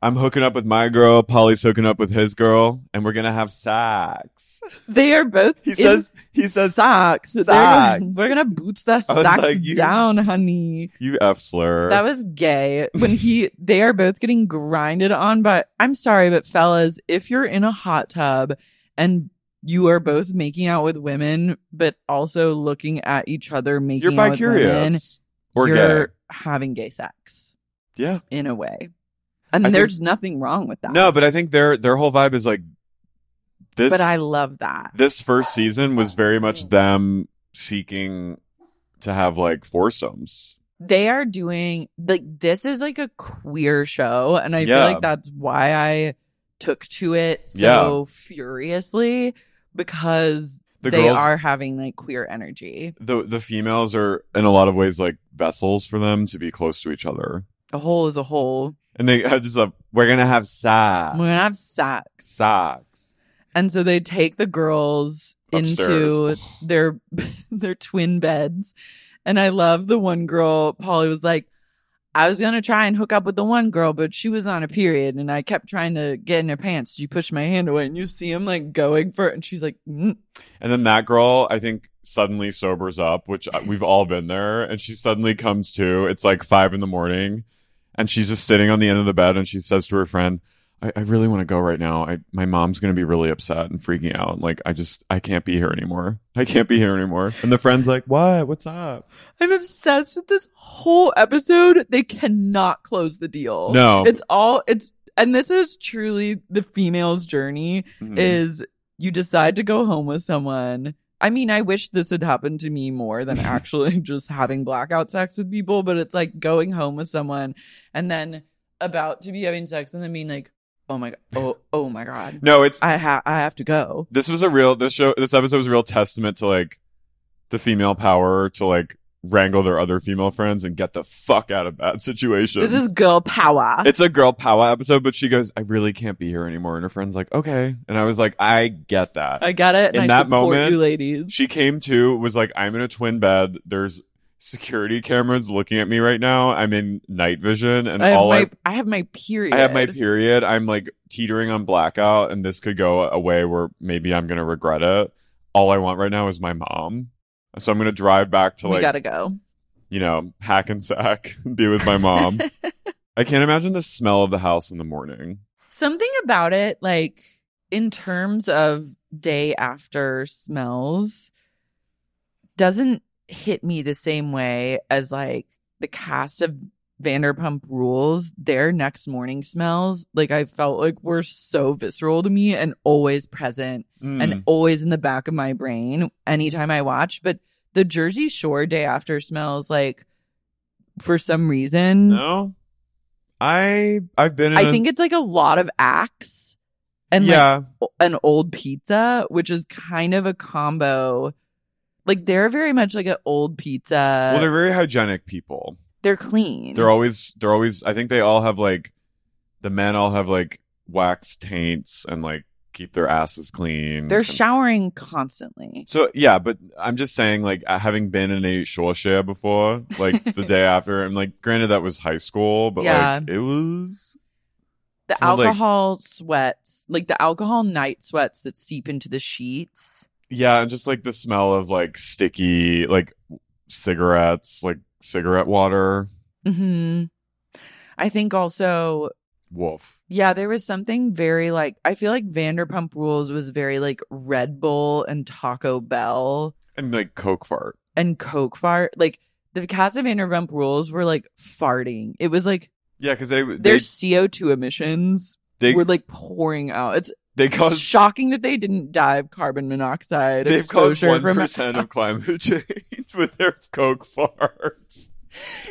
I'm hooking up with my girl, Polly's hooking up with his girl, and we're gonna have sex. They are both He in says he says socks. They're gonna- socks. we're gonna boots the I was socks like, you- down, honey. you F slur. That was gay. When he, they are both getting grinded on. But I'm sorry, but fellas, if you're in a hot tub and you are both making out with women, but also looking at each other making You're out bi with women, curious. Or you're gay. having gay sex Yeah. in a way, and I think- there's nothing wrong with that. No, but I think their their whole vibe is like this but I love that. this first season was very much them seeking to have like foursomes. They are doing like this is like a queer show, and I Yeah. feel like that's why I took to it so Yeah. furiously because The they girls- are having like queer energy. the the females are in a lot of ways like vessels for them to be close to each other. A whole is a whole. And they have this up, we're gonna have We're socks. gonna have sex, Socks. and so they take the girls Upstairs. into [laughs] their their twin beds, and I love the one girl. Polly was like. I was gonna try and hook up with the one girl, but she was on a period, and I kept trying to get in her pants. She pushed my hand away, and you see him like going for it, and she's like, mm. And then that girl, I think, suddenly sobers up, which uh, we've all been there. And she suddenly comes to. It's like five in the morning, and she's just sitting on the end of the bed, and she says to her friend, "I, I really want to go right now. I, my mom's gonna be really upset and freaking out. Like I just I can't be here anymore. I can't be here anymore." And the friend's like, "What? What's up?" I'm obsessed with this whole episode. They cannot close the deal. No. It's all it's and this is truly the female's journey Mhm. is you decide to go home with someone. I mean, I wish this had happened to me [laughs] more than actually just having blackout sex with people, but it's like going home with someone and then about to be having sex and then being like, "Oh my god. Oh, oh my god. No, it's I ha- I have to go." this was a real this show this episode was a real testament to like the female power to like wrangle their other female friends and get the fuck out of bad situations. This is girl [laughs] power. it's a girl power episode, but she goes, "I really can't be here anymore," and her friend's like, "Okay," and I was like, "I get that." I got it. And In I that support moment- you ladies. she came to was like i'm in a twin bed there's security cameras looking at me right now i'm in night vision and I have all my I, I, have my period. I have my period i'm like teetering on blackout and this could go a way where maybe i'm gonna regret it all i want right now is my mom so i'm gonna drive back to we like gotta go. you know hack and sack [laughs] be with my [laughs] mom i can't imagine the smell of the house in the morning Something about it, like in terms of day after smells, doesn't hit me the same way as like the cast of Vanderpump Rules. Their next morning smells, like I felt like were so visceral to me and always present Hmm. and always in the back of my brain anytime I watch. But the Jersey Shore day after smells like, for some reason, no i i've been in Mm. I a- think it's like a lot of acts and like yeah uh, o- an old pizza, which is kind of a combo. Like they're very much like an old pizza. well they're they're, very hygienic people clean. They're always they're always I think they all have like the men all have like wax taints and like keep their asses clean. they're And- showering constantly. So yeah, but I'm just saying like uh, having been in a shore share before, like [laughs] the day after, and like granted that was high school, but Yeah. like it was The smelled like- alcohol sweats, like the alcohol night sweats that seep into the sheets. yeah, and just like the smell of like sticky like cigarettes, like cigarette water. hmm I think also Woof. Yeah, there was something very like I feel like Vanderpump Rules was very like Red Bull and Taco Bell And like coke fart. and Coke fart. Like the cast of Vanderpump Rules were like farting. It was like Yeah, because they their they CO two emissions they, were like pouring out. It's they caused shocking that they didn't dive carbon monoxide They've caused exposure one from percent of climate [laughs] change with their coke farts.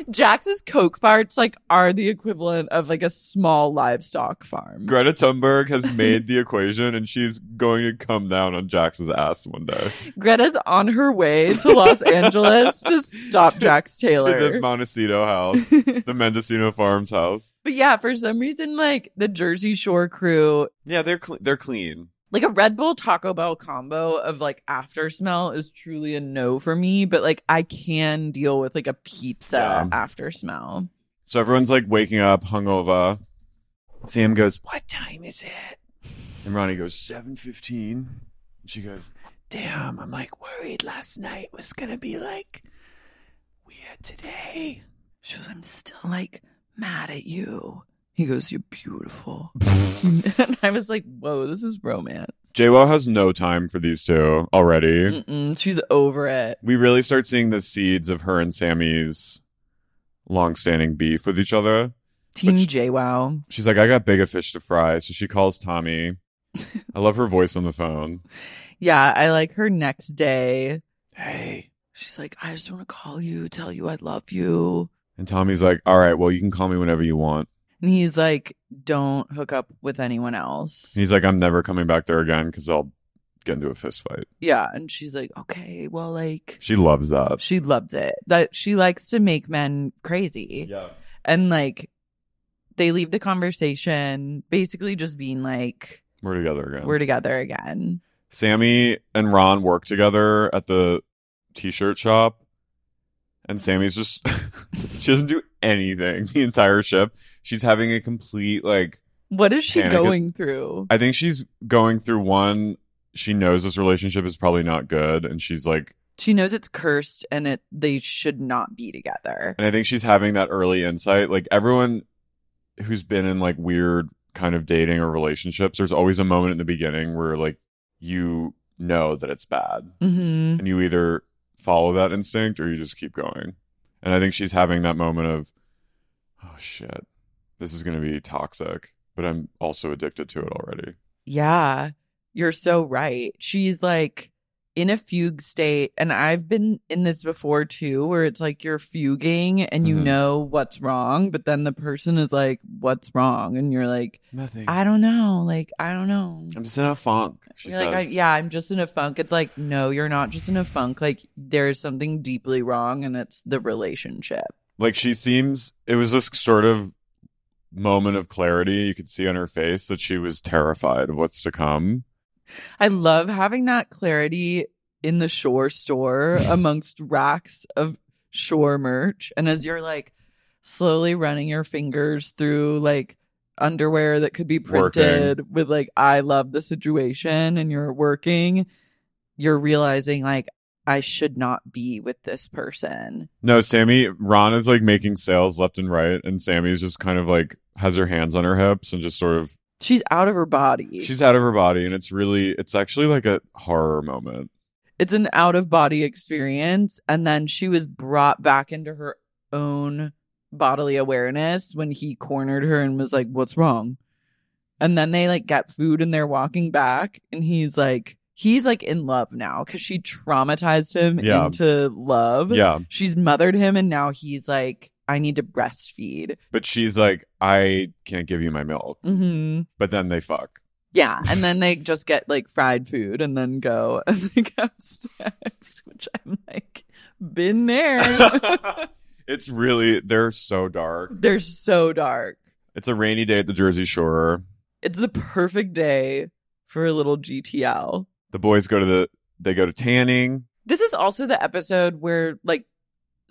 Jax's Coke farts. Like are the equivalent of like a small livestock farm. Greta Thunberg has made the equation, and she's going to come down on Jax's ass one day. Greta's on her way to Los Angeles [laughs] to stop Jax Taylor. to the Montecito house, the Mendocino Farms house. But yeah, for some reason, like the Jersey Shore crew, Yeah, they're cle they're clean. like a Red Bull Taco Bell combo of like after smell is truly a no for me. But like I can deal with like a pizza Yeah. after smell. So everyone's like waking up hungover. Sam goes, "What time is it?" And Ronnie goes, 7.15. She goes, "Damn, I'm like worried. Last night was gonna be like weird today." She goes, I'm still like mad at you. He goes, You're [laughs] beautiful. and I was like, Whoa, this is romance. JWoww has no time for these two already. Mm-mm, she's over it. We really start seeing the seeds of her and Sammy's longstanding beef with each other. Team Which- J Wow. She's like, I got bigger fish to fry, so she calls Tommy. I love her voice on the phone. Yeah, I like her next day. Hey. She's like, I just want to call you, tell you I love you. And Tommy's like, All right, well, you can call me whenever you want. And he's like, don't hook up with anyone else. And he's like, I'm never coming back there again because I'll get into a fist fight. Yeah. And she's like, okay, well, like, She loves that. she loves it. That she likes to make men crazy. Yeah. And like, they leave the conversation basically just being like, We're together again. we're together again. Sammy and Ron work together at the t-shirt shop, and Sammy's just [laughs] she doesn't do anything the entire ship. She's having a complete like What is she Panic is- going through? I think she's going through one. She knows this relationship is probably not good, and she's like, She knows it's cursed and it they should not be together. and I think she's having that early insight. Like everyone who's been in like weird kind of dating or relationships, there's always a moment in the beginning where like you know that it's bad. hmm and you either follow that instinct or you just keep going. And I think she's having that moment of, oh shit, this is going to be toxic, but I'm also addicted to it already. Mm. Yeah, you're so right. She's like in a fugue state, and I've been in this before too, where it's like you're fuguing and you Mhm. know what's wrong, but then the person is like, What's wrong? And you're like, Nothing. I don't know. Like, I don't know. I'm just in a funk. She You're says. like, I, yeah, I'm just in a funk. It's like, no, you're not just in a funk. Like, there's something deeply wrong, and it's the relationship. Like she seems. It was this sort of moment of clarity you could see on her face that she was terrified of what's to come. I love having that clarity in the shore store amongst racks of shore merch. And as you're like slowly running your fingers through like underwear that could be printed with like, I love the situation, and you're working, you're realizing like, I should not be with this person. No, Sammy. Ron is like making sales left and right, and Sammy's just kind of like has her hands on her hips and just sort of She's out of her body. she's out of her body, and it's really it's actually like a horror moment. it's an out of body experience and then she was brought back into her own bodily awareness when he cornered her and was like what's wrong and then they like get food and they're walking back and he's like he's like in love now because she traumatized him Yeah. into love Yeah, she's mothered him and now he's like i need to breastfeed but she's like, I can't give you my milk. mm-hmm But then they [laughs] fuck. Yeah, and then they just get like fried food and then go [laughs] and they have sex, which I'm like, been [laughs] there. it's really they're so dark. They're so dark. It's a rainy day at the Jersey Shore. It's the perfect day for a little GTL. The boys go to the they go to tanning. This is also the episode where like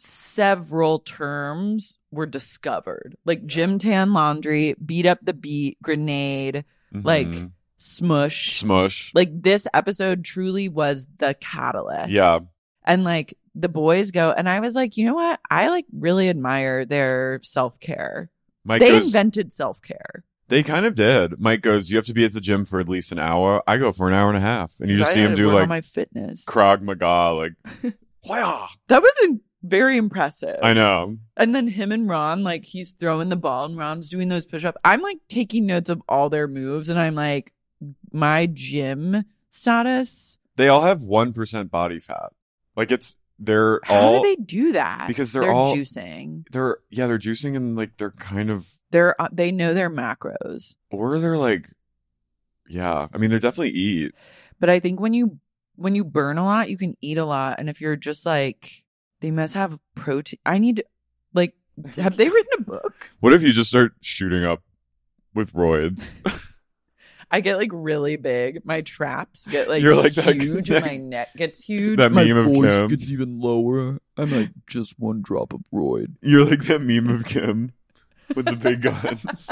several terms were discovered, like gym tan laundry, beat up the beat, grenade, like Mhm. smush. smush. like this episode truly was the catalyst. yeah, and like the boys go and i was like you know what i like really admire their self-care Mike they goes. invented self-care they kind of did. Mike goes. You have to be at the gym for at least an hour. I go for an hour and a half, and you just I see him had do one on like my fitness Krog Maga, [laughs] like. Wah! that was in- very impressive I know. and then him and ron like he's throwing the ball and ron's doing those push-ups i'm like taking notes of all their moves and i'm like my gym status They all have one percent body fat. Like it's they're how all do they do that because they're all- juicing they're yeah they're juicing and like they're kind of they're uh, they know their macros or they're like yeah i mean they're definitely eat But I think when you when you burn a lot, you can eat a lot. And if you're just like they must have protein. I need like have they written a book? what if you just start shooting up with roids I get like really big. My traps get like You're like that- huge. that- my neck gets huge. that my meme of voice kim [laughs] gets even lower. I'm like just one drop of roid. you're like that meme of kim with the [laughs] big guns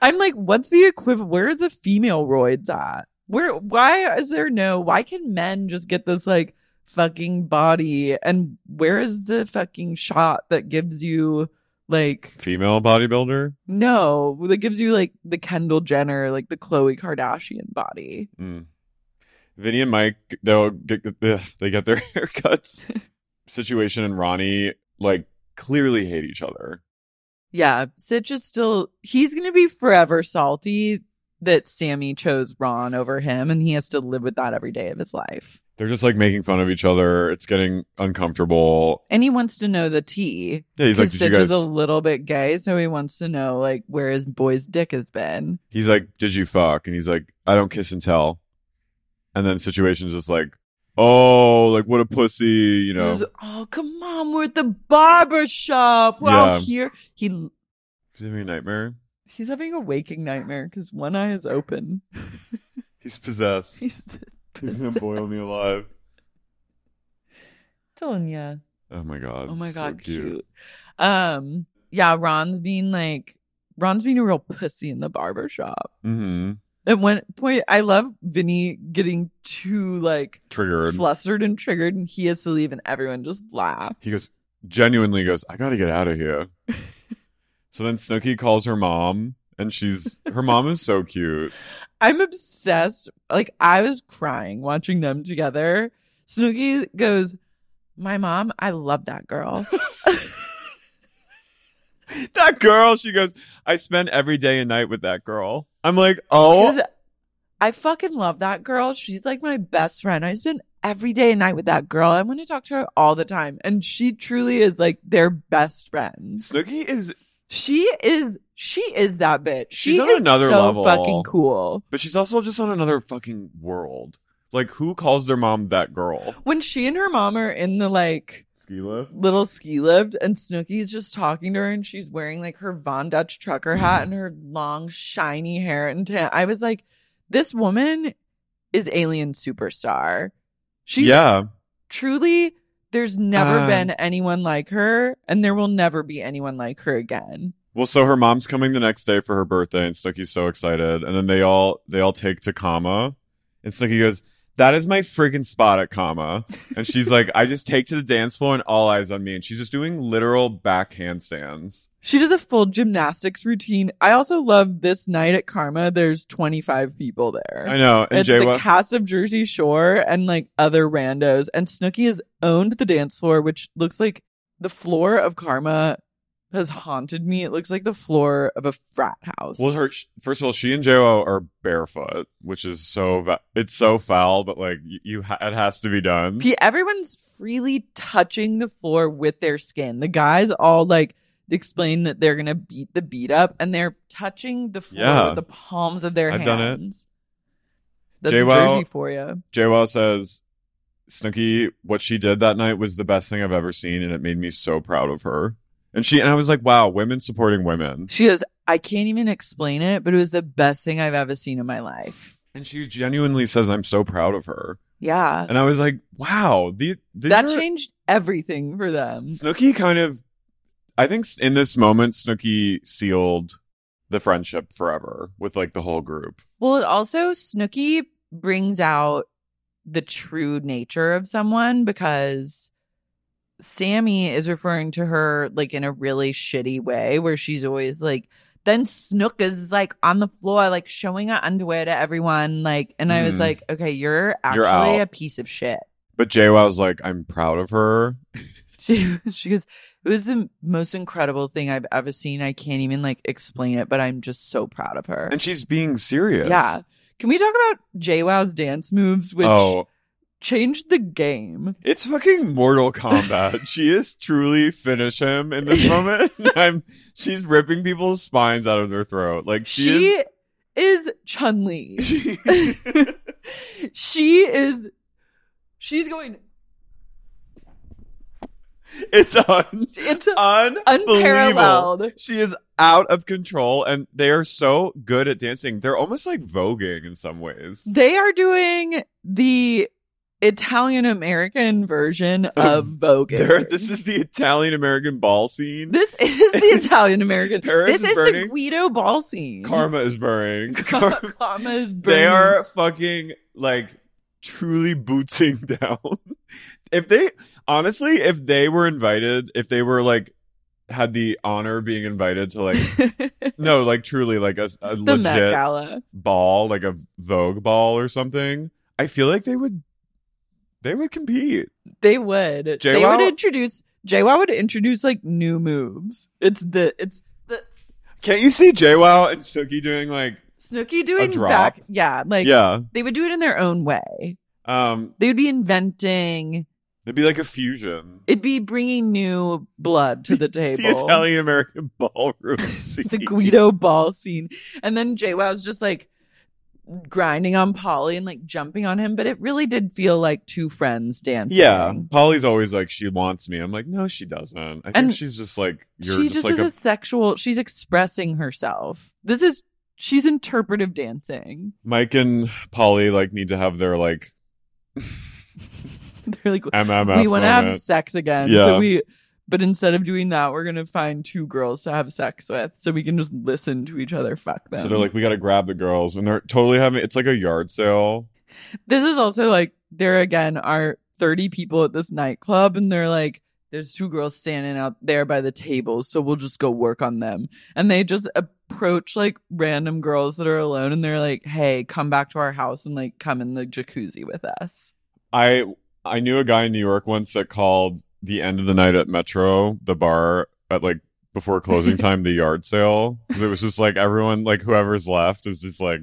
I'm like, what's the equivalent? Where are the female roids at? Where? Why is there no? Why can men just get this like fucking body? And where is the fucking shot that gives you like female bodybuilder no that gives you like the Kendall Jenner, like the Khloe Kardashian body? mm. vinny and mike they'll get ugh, they get their [laughs] [laughs] haircuts situation and ronnie like clearly hate each other Yeah, Sitch is still. He's gonna be forever salty that Sammy chose Ron over him, and he has to live with that every day of his life. they're just like making fun of each other it's getting uncomfortable And he wants to know the tea. yeah he's like did Because you Stitch guys is a little bit gay, so he wants to know like where his boy's dick has been. he's like, "Did you fuck?" And he's like, "I don't kiss and tell." And then situation's just like, "Oh, like what a pussy," you He know. was, oh come on, we're at the barber shop. We're out Yeah. here. He He's having a nightmare. he's having a waking nightmare because one eye is open. [laughs] He's possessed. He's [laughs] He's gonna boil me alive. telling ya. Oh my god. Oh my so god, cute. Um, yeah, Ron's being like Ron's being a real pussy in the barber shop. Mm-hmm. At one point, I love Vinny getting too like Triggered. flustered and triggered, and he has to leave, and everyone just laughs. he goes genuinely goes, "I gotta get out of here." [laughs] so then Snooky calls her mom, and she's her mom is so cute. I'm obsessed. Like I was crying watching them together. Snooky goes, "My mom, I love that girl." [laughs] That girl, she goes, "I spend every day and night with that girl." I'm like, [laughs] "Oh, Because I fucking love that girl. She's like my best friend. I spend every day and night with that girl. I want to talk to her all the time. And she truly is like their best friend. Snooki is, She is she is that bitch. She She's on is another so level. fucking cool. but she's also just on another fucking world. Like, who calls their mom that girl? When she and her mom are in the like Ski lift. little ski lift and Snooki is just talking to her and she's wearing like her Von Dutch trucker hat and her long shiny hair and tan. I was like, this woman is alien superstar. She yeah. truly there's never Um, been anyone like her and there will never be anyone like her again. Well, so her mom's coming the next day for her birthday, and Snooki's so excited. And then they all they all take to Kama, and Snooki goes, "That is my friggin' spot at Kama." And she's like, "I just take to the dance floor, and all eyes on me." And she's just doing literal back handstands. She does a full gymnastics routine. I also love this night at Karma. There's 25 people there. I know. And it's the Jawa, cast of Jersey Shore and like other randos. And Snooki has owned the dance floor, which looks like the floor of Karma has haunted me. It looks like the floor of a frat house. well, her first of all, she and Jawa are barefoot, which is so va- it's so foul, but like you, you ha- it has to be done. P- everyone's freely touching the floor with their skin. The guys all like explain that they're gonna beat the beat up, and they're touching the floor Yeah. with the palms of their I've hands. done it. That's J-Wow- Jersey for you. Jawa says, Snooki, what she did that night was the best thing I've ever seen, and it made me so proud of her. And she and I was like, wow, women supporting women. She goes, I can't even explain it, but it was the best thing I've ever seen in my life. And she genuinely says, I'm so proud of her. Yeah. And I was like, wow, the these that are- changed everything for them. Snooki kind of, I think s- in this moment, Snooki sealed the friendship forever with like the whole group. Well, it also Snooki brings out the true nature of someone because Sammy is referring to her like in a really shitty way where she's always like then Snook is like on the floor like showing her underwear to everyone like and I was Mhm. like okay you're You're actually out. a piece of shit. [laughs] But Jawa was like, I'm proud of her. She she goes it was the most incredible thing I've ever seen. I can't even like explain it but I'm just so proud of her. And she's being serious. Yeah. Can we talk about JWoww's dance moves, which oh, changed the game? It's fucking Mortal Kombat. [laughs] she is truly finish him in this moment. [laughs] I'm she's ripping people's spines out of their throat. Like she, She, is, Chun Li. is she, she is. She's going. [laughs] it's un, It's Uh, unbelievable. unparalleled. She is out of control and they are so good at dancing. They're almost like voguing in some ways. They are doing the Italian [laughs] American version of Vogue. They're- this is the Italian American ball scene. This [laughs] is the Italian American. Paris This is is the burning. Guido ball scene. Karma is burning. Karma- [laughs] Karma is burning. They are fucking like truly booting [laughs] down. if they honestly, if they were invited, if they were like had the honor of being invited [laughs] to like the no, like truly like a, s- a Met legit Gala. ball, like a Vogue ball or something, I feel like they would they would compete. They would. They JWoww? would introduce. JWoww would introduce like new moves. It's the it's the Can't you see JWoww and Suki doing like Snooki doing drop? back. Yeah, like yeah? they would do it in their own way. Um, They would be inventing. it'd be like a fusion. It'd be bringing new blood [laughs] to the table. The Italian American [laughs] ballroom scene. [laughs] The Guido ball scene, and then JWoww's just like grinding on Polly and like jumping on him. But it really did feel like two friends dancing. Yeah, Polly's always like she wants me. I'm like, no, she doesn't. I think And she's just like you're she just, just like is a sexual. She's expressing herself. This is she's interpretive dancing. a Mike and Polly like need to have their like [laughs] They're like, MMF. we want to have moment. sex again. Yeah. So we, but instead of doing that, we're gonna find two girls to have sex with, so we can just listen to each other fuck them. So they're like, we got to grab the girls, and they're totally having. It's like a yard sale. this is also like there again are thirty people at this nightclub, and they're like. There's two girls standing out there by the table, so we'll just go work on them. And they just approach like random girls that are alone and they're like, hey, come back to our house and like come in the jacuzzi with us. I I knew a guy in New York once that called the end of the night at Metro, the bar at like before [laughs] closing time, the yard sale. 'Cause it was just like everyone, like whoever's left, is just like.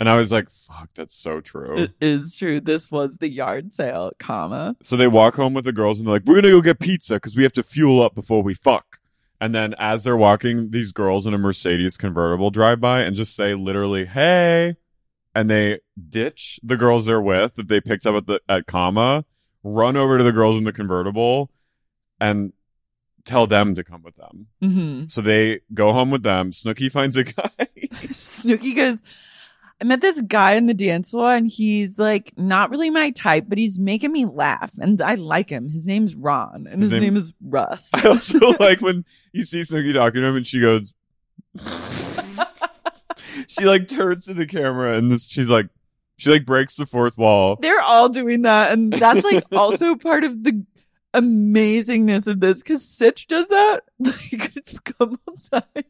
And I was like, fuck, that's so true. It is true. This was the yard sale, comma. So they walk home with the girls and they're like, we're going to go get pizza because we have to fuel up before we fuck. And then as they're walking, these girls in a Mercedes convertible drive by and just say literally, hey. And they ditch the girls they're with that they picked up at the at comma, run over to the girls in the convertible and tell them to come with them. Mm-hmm. So they go home with them. Snooky [laughs] finds a guy. [laughs] Snooky goes, I met this guy in the dance floor and he's like not really my type, but he's making me laugh and I like him. His name's Ron and His his, name- name-, is Russ. [laughs] [laughs] I also like when you see Snooki talking to him and she goes, [laughs] she like turns to the camera and this, she's like, she like breaks the fourth wall. They're all doing that. And [laughs] that's like also part of the amazingness of this because Sitch does that [laughs] like a couple [laughs] times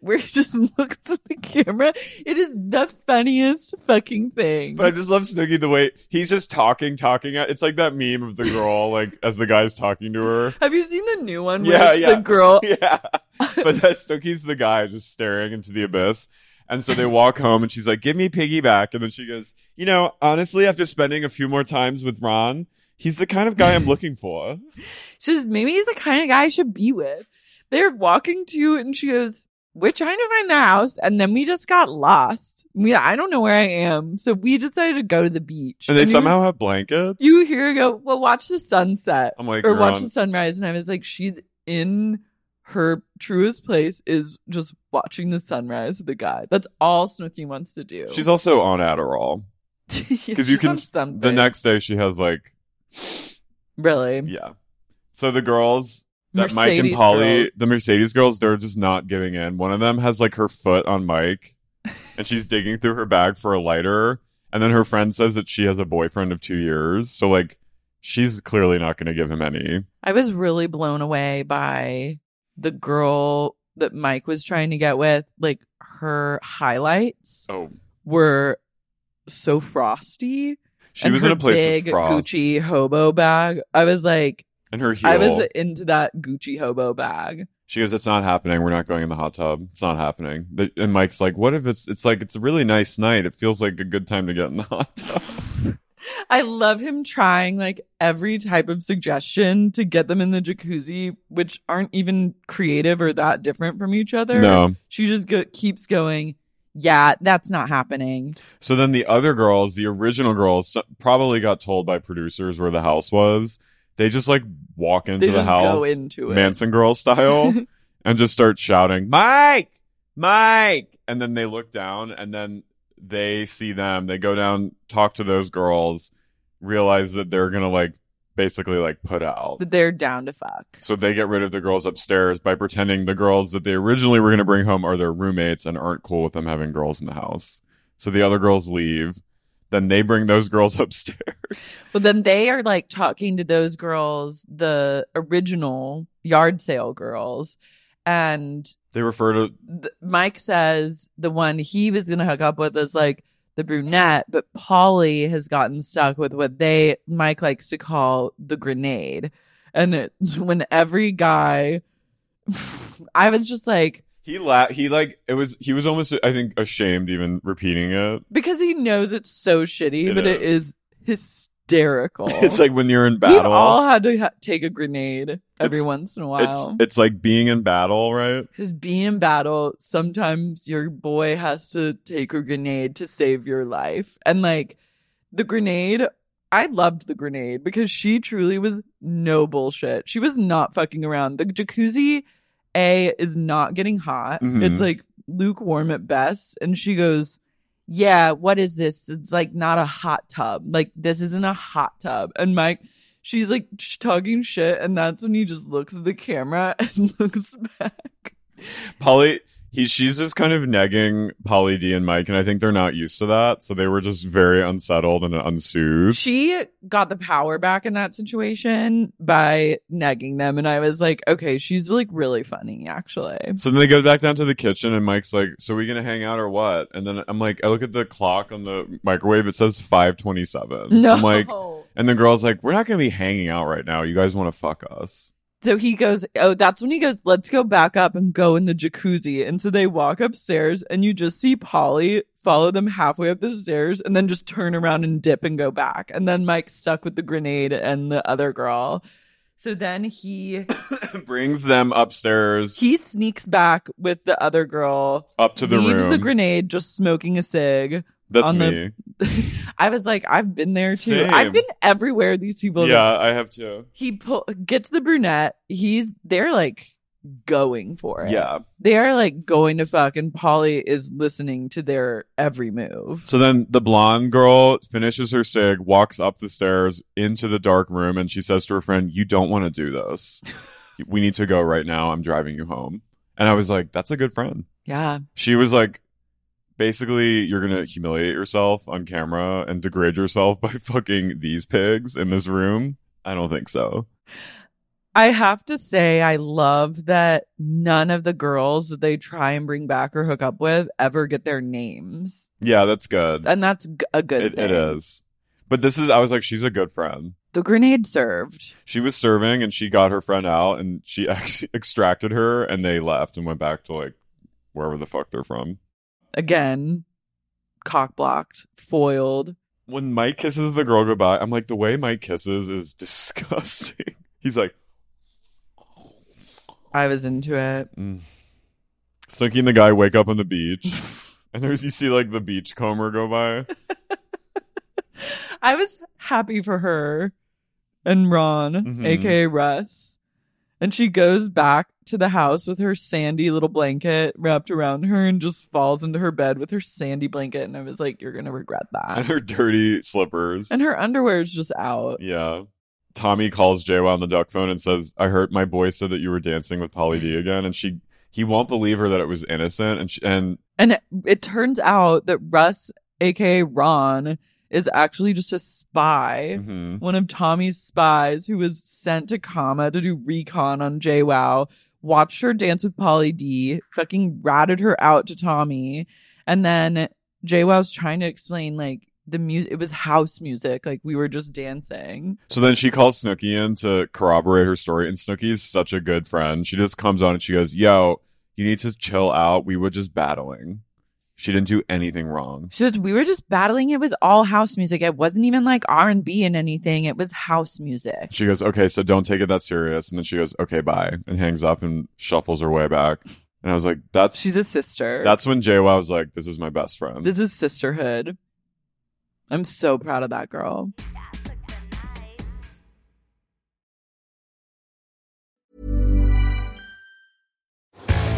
where he just looks at the camera. It is the funniest fucking thing. But I just love Snooki the way he's just talking, talking. It's like that meme of the girl, like as the guy's talking to her. Have you seen the new one where Yeah, it's yeah. [laughs] the girl Yeah. But that Snooki's the guy just staring into the abyss. And so they walk home and she's like, give me piggyback. And then she goes, you know, honestly, after spending a few more times with Ron, he's the kind of guy I'm looking [laughs] for. She says, maybe he's the kind of guy I should be with. They're walking to it and she goes, We're trying to find the house. And then we just got lost. We, I don't know where I am. So we decided to go to the beach. And they you- somehow have blankets. You hear her go, Well, watch the sunset I'm like, or you're watch on- the sunrise. And I was like, She's in her truest place is just watching the sunrise with the guy. That's all Snooki wants to do. [laughs] She's also on Adderall because you can. something. The next day, she has like, Really? yeah. So the girls that Mike and Mercedes Polly, girls. the Mercedes girls, they're just not giving in. One of them has like her foot on [laughs] Mike, and she's digging through her bag for a lighter. And then her friend says that she has a boyfriend of two years, so like, she's clearly not going to give him any. I was really blown away by the girl that Mike was trying to get with. Like her highlights Oh, were so frosty. she and was in her a place big of frost Gucci hobo bag. I was like, and her heel. I was into that Gucci hobo bag. She goes, "It's not happening. We're not going in the hot tub. It's not happening." The, and Mike's like, "What if it's? It's like it's a really nice night. It feels like a good time to get in the hot tub." I love him trying like every type of suggestion to get them in the jacuzzi, which aren't even creative or that different from each other. no. She just go- keeps going, yeah, that's not happening. So then the other girls, the original girls, so- probably got told by producers where the house was. They just like walk into They the just house, go into it. Manson girl style, and just start shouting, "Mike, Mike!" And then they look down, and then they see them. They go down, talk to those girls, realize that they're gonna like basically like put out. that they're down to fuck. So they get rid of the girls upstairs by pretending the girls that they originally were going to bring home are their roommates and aren't cool with them having girls in the house. So the other girls leave. Then they bring those girls [laughs] upstairs. But then they are like talking to those girls, the original yard sale girls. And They refer to th- Mike says the one he was going to hook up with is like the brunette, but Polly has gotten stuck with what they, Mike likes to call the grenade. And it, [laughs] when every guy, [laughs] I was just like, he la- he like it was he was almost I think ashamed even repeating it. because he knows it's so shitty, It but it is hysterical. [laughs] It's like when you're in We've battle. all had to ha- take a grenade every It's- once in a it's while. it's like being in battle, right? Because being in battle, sometimes your boy has to take a grenade to save your life. And like the grenade, I loved the grenade because she truly was no bullshit. She was not fucking around. The jacuzzi, A, is not getting hot. Mhm. It's like lukewarm at best. And she goes, Yeah, what is this? It's like not a hot tub. Like this isn't a hot tub. And Mike, she's like sh- talking shit. And that's when he just looks at the camera [laughs] and looks back. Polly he she's just kind of negging Polly D and Mike, and I think they're not used to that, so they were just very unsettled and unsoothed. She got the power back in that situation by negging them. And I was like, okay, she's like really funny, actually. So then they go back down to the kitchen, and Mike's like, "So we gonna hang out or what?" And then I'm like, I look at the clock on the microwave; it says 5:27. No. I'm like, and the girl's like, "We're not gonna be hanging out right now. You guys want to fuck us?" [laughs] So he goes, Oh, that's when he goes, Let's go back up and go in the jacuzzi. And so they walk upstairs, and you just see Polly follow them halfway up the stairs and then just turn around and dip and go back. And then Mike's stuck with the grenade and the other girl. So then he Brings them upstairs he sneaks back with the other girl, up to the leaves room. the grenade just smoking a cig. That's on the- me. [laughs] I was like, I've been there too. Same. I've been everywhere these people have yeah, I have to. he pull, gets the brunette. He's they're like going for it. Yeah. they are like going to fuck, and Polly is listening to their every move. So then the blonde girl finishes her cig, walks up the stairs into the dark room, and she says to her friend, You don't want to do this. we need to go right now. I'm driving you home. And I was like, That's a good friend. Yeah, She was like, Basically, you're going to humiliate yourself on camera and degrade yourself by [laughs] fucking these pigs in this room. I don't think so. I have to say, I love that none of the girls that they try and bring back or hook up with ever get their names, Yeah, that's good. and that's g- a good. It, thing. it is. But this is, I was like, She's a good friend. The grenade served. she was serving and she got her friend out and she [laughs] actually extracted her and they left and went back to like wherever the fuck they're from. Again, cock blocked, foiled. When Mike kisses the girl goodbye, I'm like, the way Mike kisses is [laughs] disgusting. He's like, I was into it. mm. Snooki and the guy wake up on the beach. And there's you see like the beachcomber go by. I was happy for her and Ron, Mhm. aka Russ. And she goes back to the house with her sandy little blanket wrapped around her and just falls into her bed with her sandy blanket. And I was like, You're gonna regret and [laughs] that. her dirty slippers. And her underwear is just out. yeah. Tommy calls JWoww on the duck phone and says, I heard my boy said that you were dancing with Polly D again and she he won't believe her that it was innocent and she, and And it, it turns out that Russ, aka Ron, is actually just a spy. mhm. one of Tommy's spies who was sent to Kama to do recon on JWoww, watched her dance with Polly D, fucking ratted her out to Tommy, and then JWoww's trying to explain like the music. It was house music, like we were just dancing. So then she calls Snooki in to corroborate her story, and Snooki's such a good friend. She just comes on and she goes, "Yo, you need to chill out. We were just battling. She didn't do anything wrong." So it's- we were just battling. It was all house music. It wasn't even like R and B and anything. It was house music. She goes, "Okay, so don't take it that serious." And then she goes, "Okay, bye," and hangs up and shuffles her way back. And I was like, "That's She's a sister. that's when JWoww was like, this is my best friend." this is sisterhood. I'm so proud of that girl.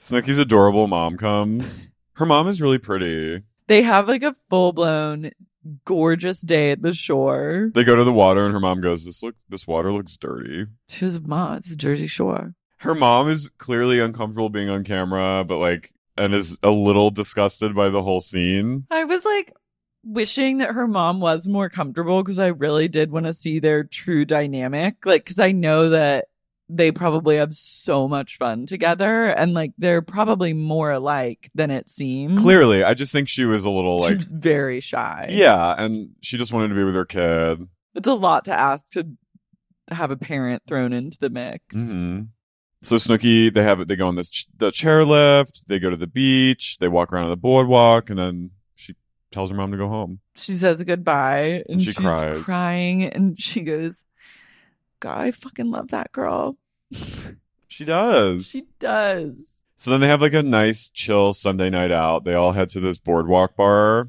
Snooki's adorable mom [laughs] comes. Her mom is really pretty. they have like a full blown gorgeous day at the shore. They go to the water, and her mom goes, "This look, this water looks dirty." She was, Ma, it's the Jersey Shore. her mom is clearly uncomfortable being on camera, but like, and is a little disgusted by the whole scene. I was like wishing that her mom was more comfortable because I really did want to see their true dynamic. Like, because I know that they probably have so much fun together and like they're probably more alike than it seems. Clearly, I just think Mm-hmm. she was a little like, She's very shy. yeah, and she just wanted to be with her kid. It's a lot to ask to have a parent thrown into the mix. Mm-hmm. So Snooki, they have it. They go on this ch- the chairlift. They go to the beach. They walk around on the boardwalk, and then she tells her mom to go home. she says goodbye and she she's cries. crying and she goes, God, I fucking love that girl. She does. She does. So then they have like a nice, chill Sunday night out. They all head to this boardwalk bar,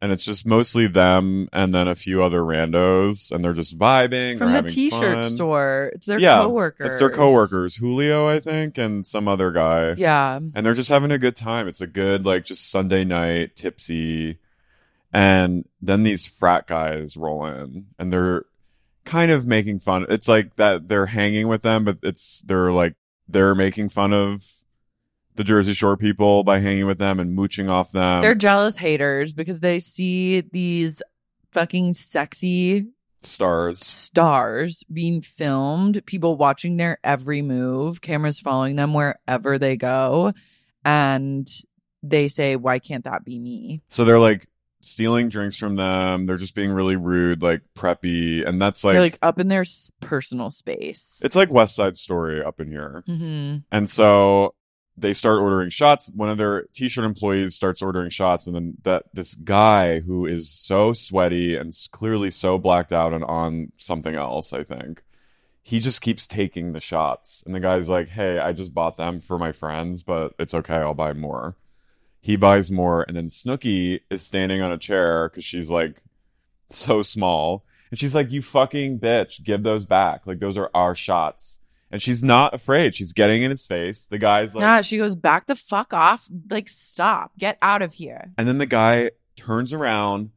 and it's just mostly them and then a few other randos, and they're just vibing From they're the having t shirt fun. store. It's their yeah, coworkers. It's their coworkers, Um, Julio, I think, and some other guy. Yeah. And they're just having a good time. It's a good, like, just Sunday night, tipsy. And then these frat guys roll in and they're kind of making fun. It's like that they're hanging with them, but it's they're like they're making fun of the Jersey Shore people by hanging with them and mooching off them. They're jealous haters because they see these fucking sexy stars. stars being filmed, people watching their every move, cameras following them wherever they go. And they say, Why can't that be me? So they're like stealing drinks from them. They're just being really rude, like preppy, and that's like, They're like up in their s- personal space. it's like West Side Story up in here. hmm And so they start ordering shots. One of their t-shirt employees starts ordering shots, and then that this guy who is so sweaty and s- clearly so blacked out and on something else, I think. He just keeps taking the shots. And the guy's like, "Hey, I just bought them for my friends, but it's okay. I'll buy more." He buys more, and then Snooky is standing on a chair cuz she's like so small, and she's like, "You fucking bitch, give those back. Like those are our shots." And she's not afraid. She's getting in his face. The guy's like, yeah, she goes, Back the fuck off. Like, stop. Get out of here. And then the guy turns around.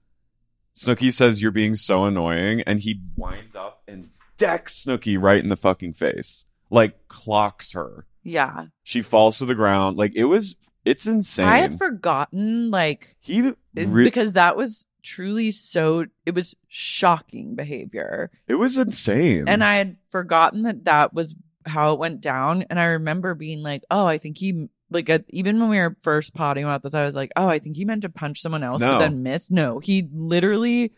Snooky says, You're being so annoying. And he winds up and decks Snooky right in the fucking face. Like, clocks her. Yeah. She falls to the ground. Like, it was, it's insane. I had forgotten, like, he it's re- because that was truly so, it was shocking behavior. it was insane. and I had forgotten that that was how it went down. And I remember being like, "Oh, I think he like at, even when we were first potting about this, I was like, "Oh, I think he meant to punch someone else, No. but then missed." No, he literally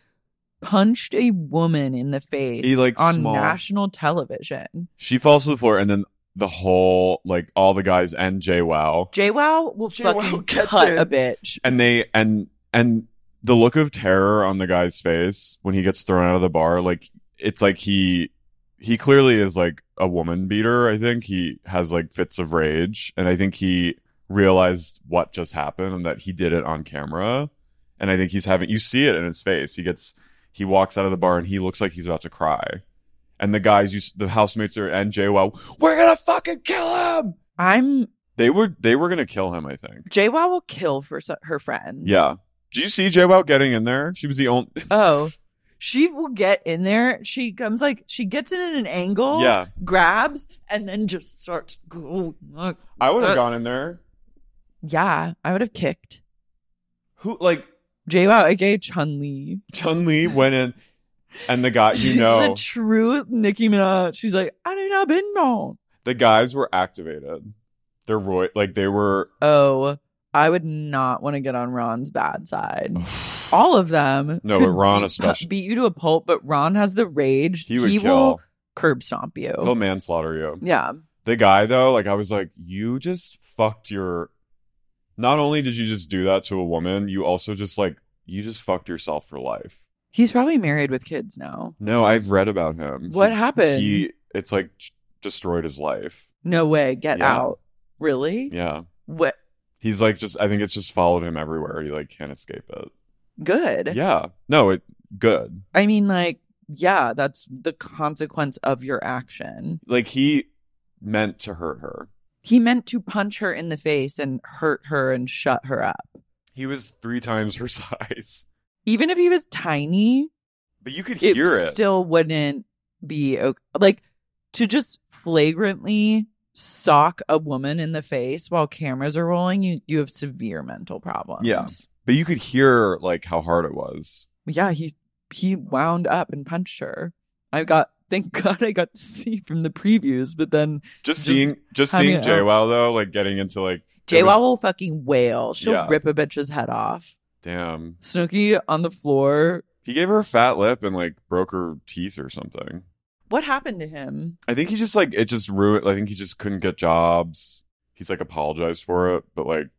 punched a woman in the face. He, like, on small- national television. she falls to the floor. And then the whole, like, all the guys and Jay Wow. JWoww will JWoww fucking gets cut in. a bitch. And they, and, and the look of terror on the guy's face when he gets thrown out of the bar, like, it's like he he clearly is like a woman beater. I think he has like fits of rage, and I think he realized what just happened and that he did it on camera. And I think he's having you see it in his face. He gets he walks out of the bar and he looks like he's about to cry. And the guys, you, s- the housemates are and Jay Wow, we're gonna fucking kill him. I'm They were they were gonna kill him. I think. JWoww will kill for so- her friends. Yeah. Do you see Jay Wow getting in there? She was the only. Oh. She will get in there. She comes like she gets in at an angle. Yeah. Grabs and then just starts. going like- [laughs] I would have Uh, gone in there. Yeah, I would have kicked. Who like JWoww aka Chun Li. Chun Li went in, and the guy [laughs] you know She's a true Nicki Minaj. She's like, I do not been known. the guys were activated. They're Roy, like they were. Oh, I would not want to get on Ron's [sighs] bad side. All of them. No, could but Ron beat- especially. beat you to a pulp, but Ron has the rage. He would will kill. curb stomp you. He'll manslaughter you. yeah, The guy though, like I was like, you just fucked your. Not only did you just do that to a woman, you also just like you just fucked yourself for life. he's probably married with kids now. No, I've read about him. What happened? He it's like j- destroyed his life. No way, get Yeah. out. Really? Yeah, What? he's like just. I think it's just followed him everywhere. He like can't escape it. Good. Yeah. No, it good. I mean, like, yeah, that's the consequence of your action. like he meant to hurt her. he meant to punch her in the face and hurt her and shut her up. He was three times her [laughs] size, Even if he was tiny, but you could it, hear it. still wouldn't be okay. like to just flagrantly sock a woman in the face while cameras are rolling. You you have severe mental problems. Yeah. but you could hear like how hard it was. yeah. He he wound up and punched her. I got thank [laughs] God I got to see from the previews, but then Just, Just seeing, just having seeing it JWoww though, like getting into like it JWoww was- will fucking wail. She'll Yeah. rip a bitch's head off. Damn, Snooky on the floor. he gave her a fat lip and like broke her teeth or something. What happened to him? I think he just like it just ruined. I think he just couldn't get jobs. He's like apologized for it, but like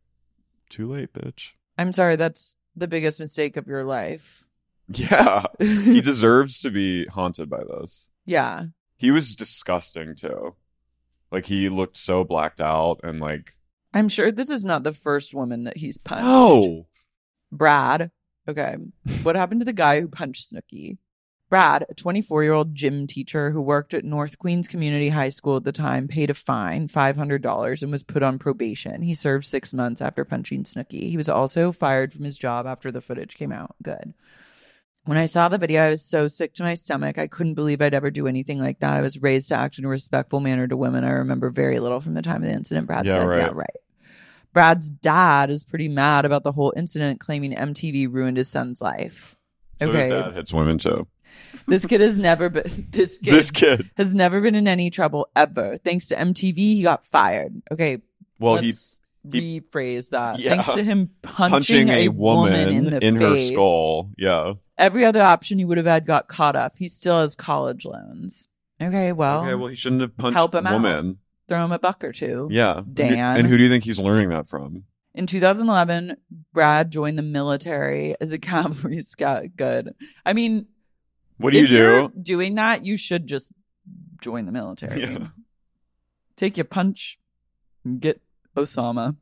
too late, bitch. [laughs] I'm sorry, that's the biggest mistake of your life. [laughs] Yeah, he deserves to be haunted by this. yeah. He was disgusting too. Like he looked so blacked out and like I'm sure this is not the first woman that he's punched. no. Brad. Okay. What happened to the guy who punched Snooky? Brad, a 24 year old gym teacher who worked at North Queens Community High School at the time, paid a fine, $500, and was put on probation. He served six months after punching Snooki. He was also fired from his job after the footage came out. Good. When I saw the video, I was so sick to my stomach. I couldn't believe I'd ever do anything like that. I was raised to act in a respectful manner to women. I remember very little from the time of the incident. Brad Yeah, said, right. Yeah, right. Brad's dad is pretty mad about the whole incident, claiming MTV ruined his son's life. So his dad hits women too. This kid has never been [laughs] this kid, This kid. has never been in any trouble ever. Thanks to MTV, he got fired. Okay. Well, he let's he- rephrase that. Yeah. Thanks to him punching, a, woman, in, the her face. skull. Yeah. Every other option he would have had got caught off. He still has college loans. Okay, well, okay. Well, he shouldn't have punched help him out. woman. throw him a buck or two. Yeah. Dan. And who do you think he's learning that from? In 2011, Brad joined the military as a [laughs] cavalry scout. Good. I mean, What do you if you're do? doing that, you should just join the military. Yeah. Take your punch and get [laughs] Osama.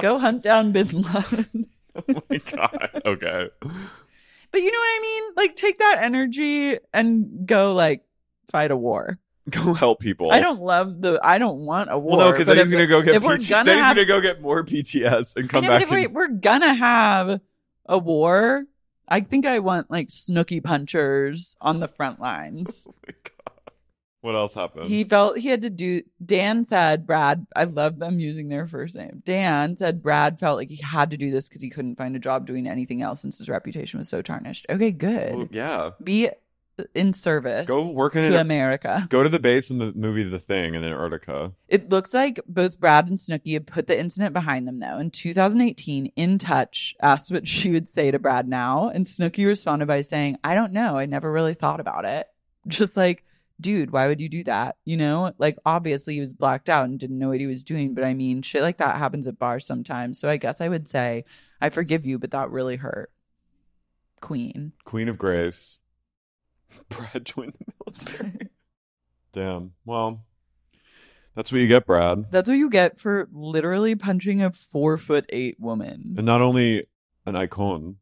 Go hunt down bin Laden. [laughs] [laughs] oh my god. Okay. but you know what I mean? Like, take that energy and go, like, fight a war. Go help people. I don't love the, I don't want a war. Well, no, because but then he's if- gonna go get if we're PT gonna then he's have- gonna go get more PTS and I come know, back. but if we, and- we're gonna have a war. I think I want like snooky punchers on the front lines. what else happened? He felt he had to do. Dan said Brad. I love them using their first name. Dan said Brad felt like he had to do this because he couldn't find a job doing anything else since his reputation was so tarnished. Okay, good. Well, yeah. Be in service. Go working in to a- America. Go to the base in the movie The Thing in Antarctica. It looks like both Brad and Snooki had put the incident behind them, though. In 2018, In Touch asked what she would say to Brad now, and Snooki responded by saying, I don't know. I never really thought about it. [laughs] Just like, dude, why would you do that? You know, like obviously he was blacked out and didn't know what he was doing, but I mean, shit like that happens at bars sometimes. So I guess I would say, I forgive you, but that really hurt. Queen. Queen of Grace. Brad joined the military. Damn. Well, that's what you get, Brad. That's what you get for literally punching a four foot eight woman. And not only an icon.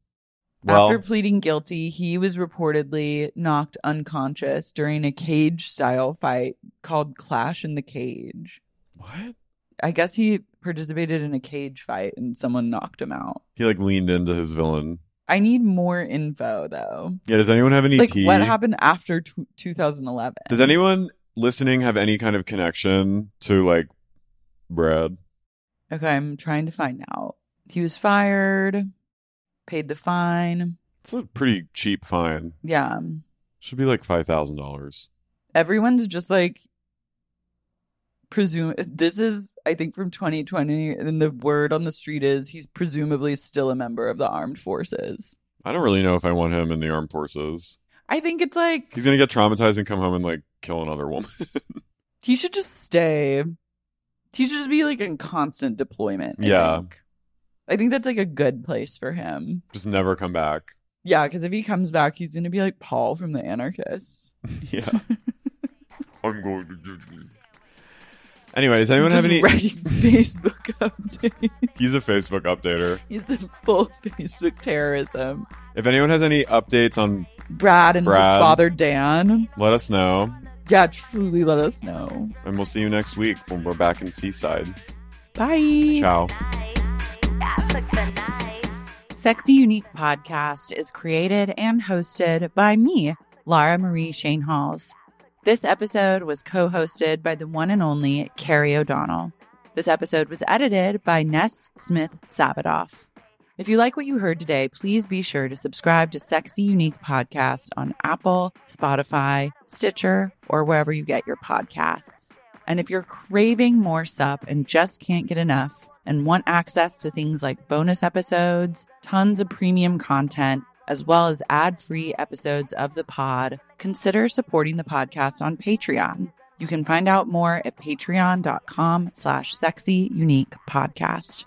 Well, After pleading guilty, he was reportedly knocked unconscious during a cage style fight called Clash in the Cage. what? I guess he participated in a cage fight and someone knocked him out. He like leaned into his villain. I need more info though. Yeah. Does anyone have any Like, tea? what happened after tw 2011? Does anyone listening have any kind of connection to like Brad? Okay, I'm trying to find out. He was fired, paid the fine. It's a pretty cheap fine. Yeah. um, Should be like five thousand dollars. everyone's just like presume this is i think from 2020 and the word on the street is he's presumably still a member of the armed forces I don't really know if I want him in the armed forces. i think it's like He's gonna get traumatized and come home and like kill another woman. he should just stay he should just be like in constant deployment I Yeah. think. i think that's like a good place for him Just never come back. yeah because if he comes back he's gonna be like paul from the anarchists Yeah. [laughs] I'm going to do Anyway, does anyone just have any writing [laughs] facebook updates [laughs] He's a Facebook updater. he's in full [laughs] facebook terrorism If anyone has any updates on Brad and Brad. his father Dan. let us know. Yeah, truly let us know. And we'll see you next week when we're back in Seaside. Bye. Ciao. I took the night. Sexy Unique podcast is created and hosted by me, Lara Marie Shane Halls. This episode was co hosted by the one and only Carrie O'Donnell. This episode was edited by Ness Smith Sabadoff. If you like what you heard today, please be sure to subscribe to Sexy Unique Podcast on Apple, Spotify, Stitcher, or wherever you get your podcasts. And if you're craving more sup and just can't get enough and want access to things like bonus episodes, tons of premium content, as well as ad free episodes of the pod, consider supporting the podcast on Patreon. You can find out more at patreon.com slash sexy unique podcast.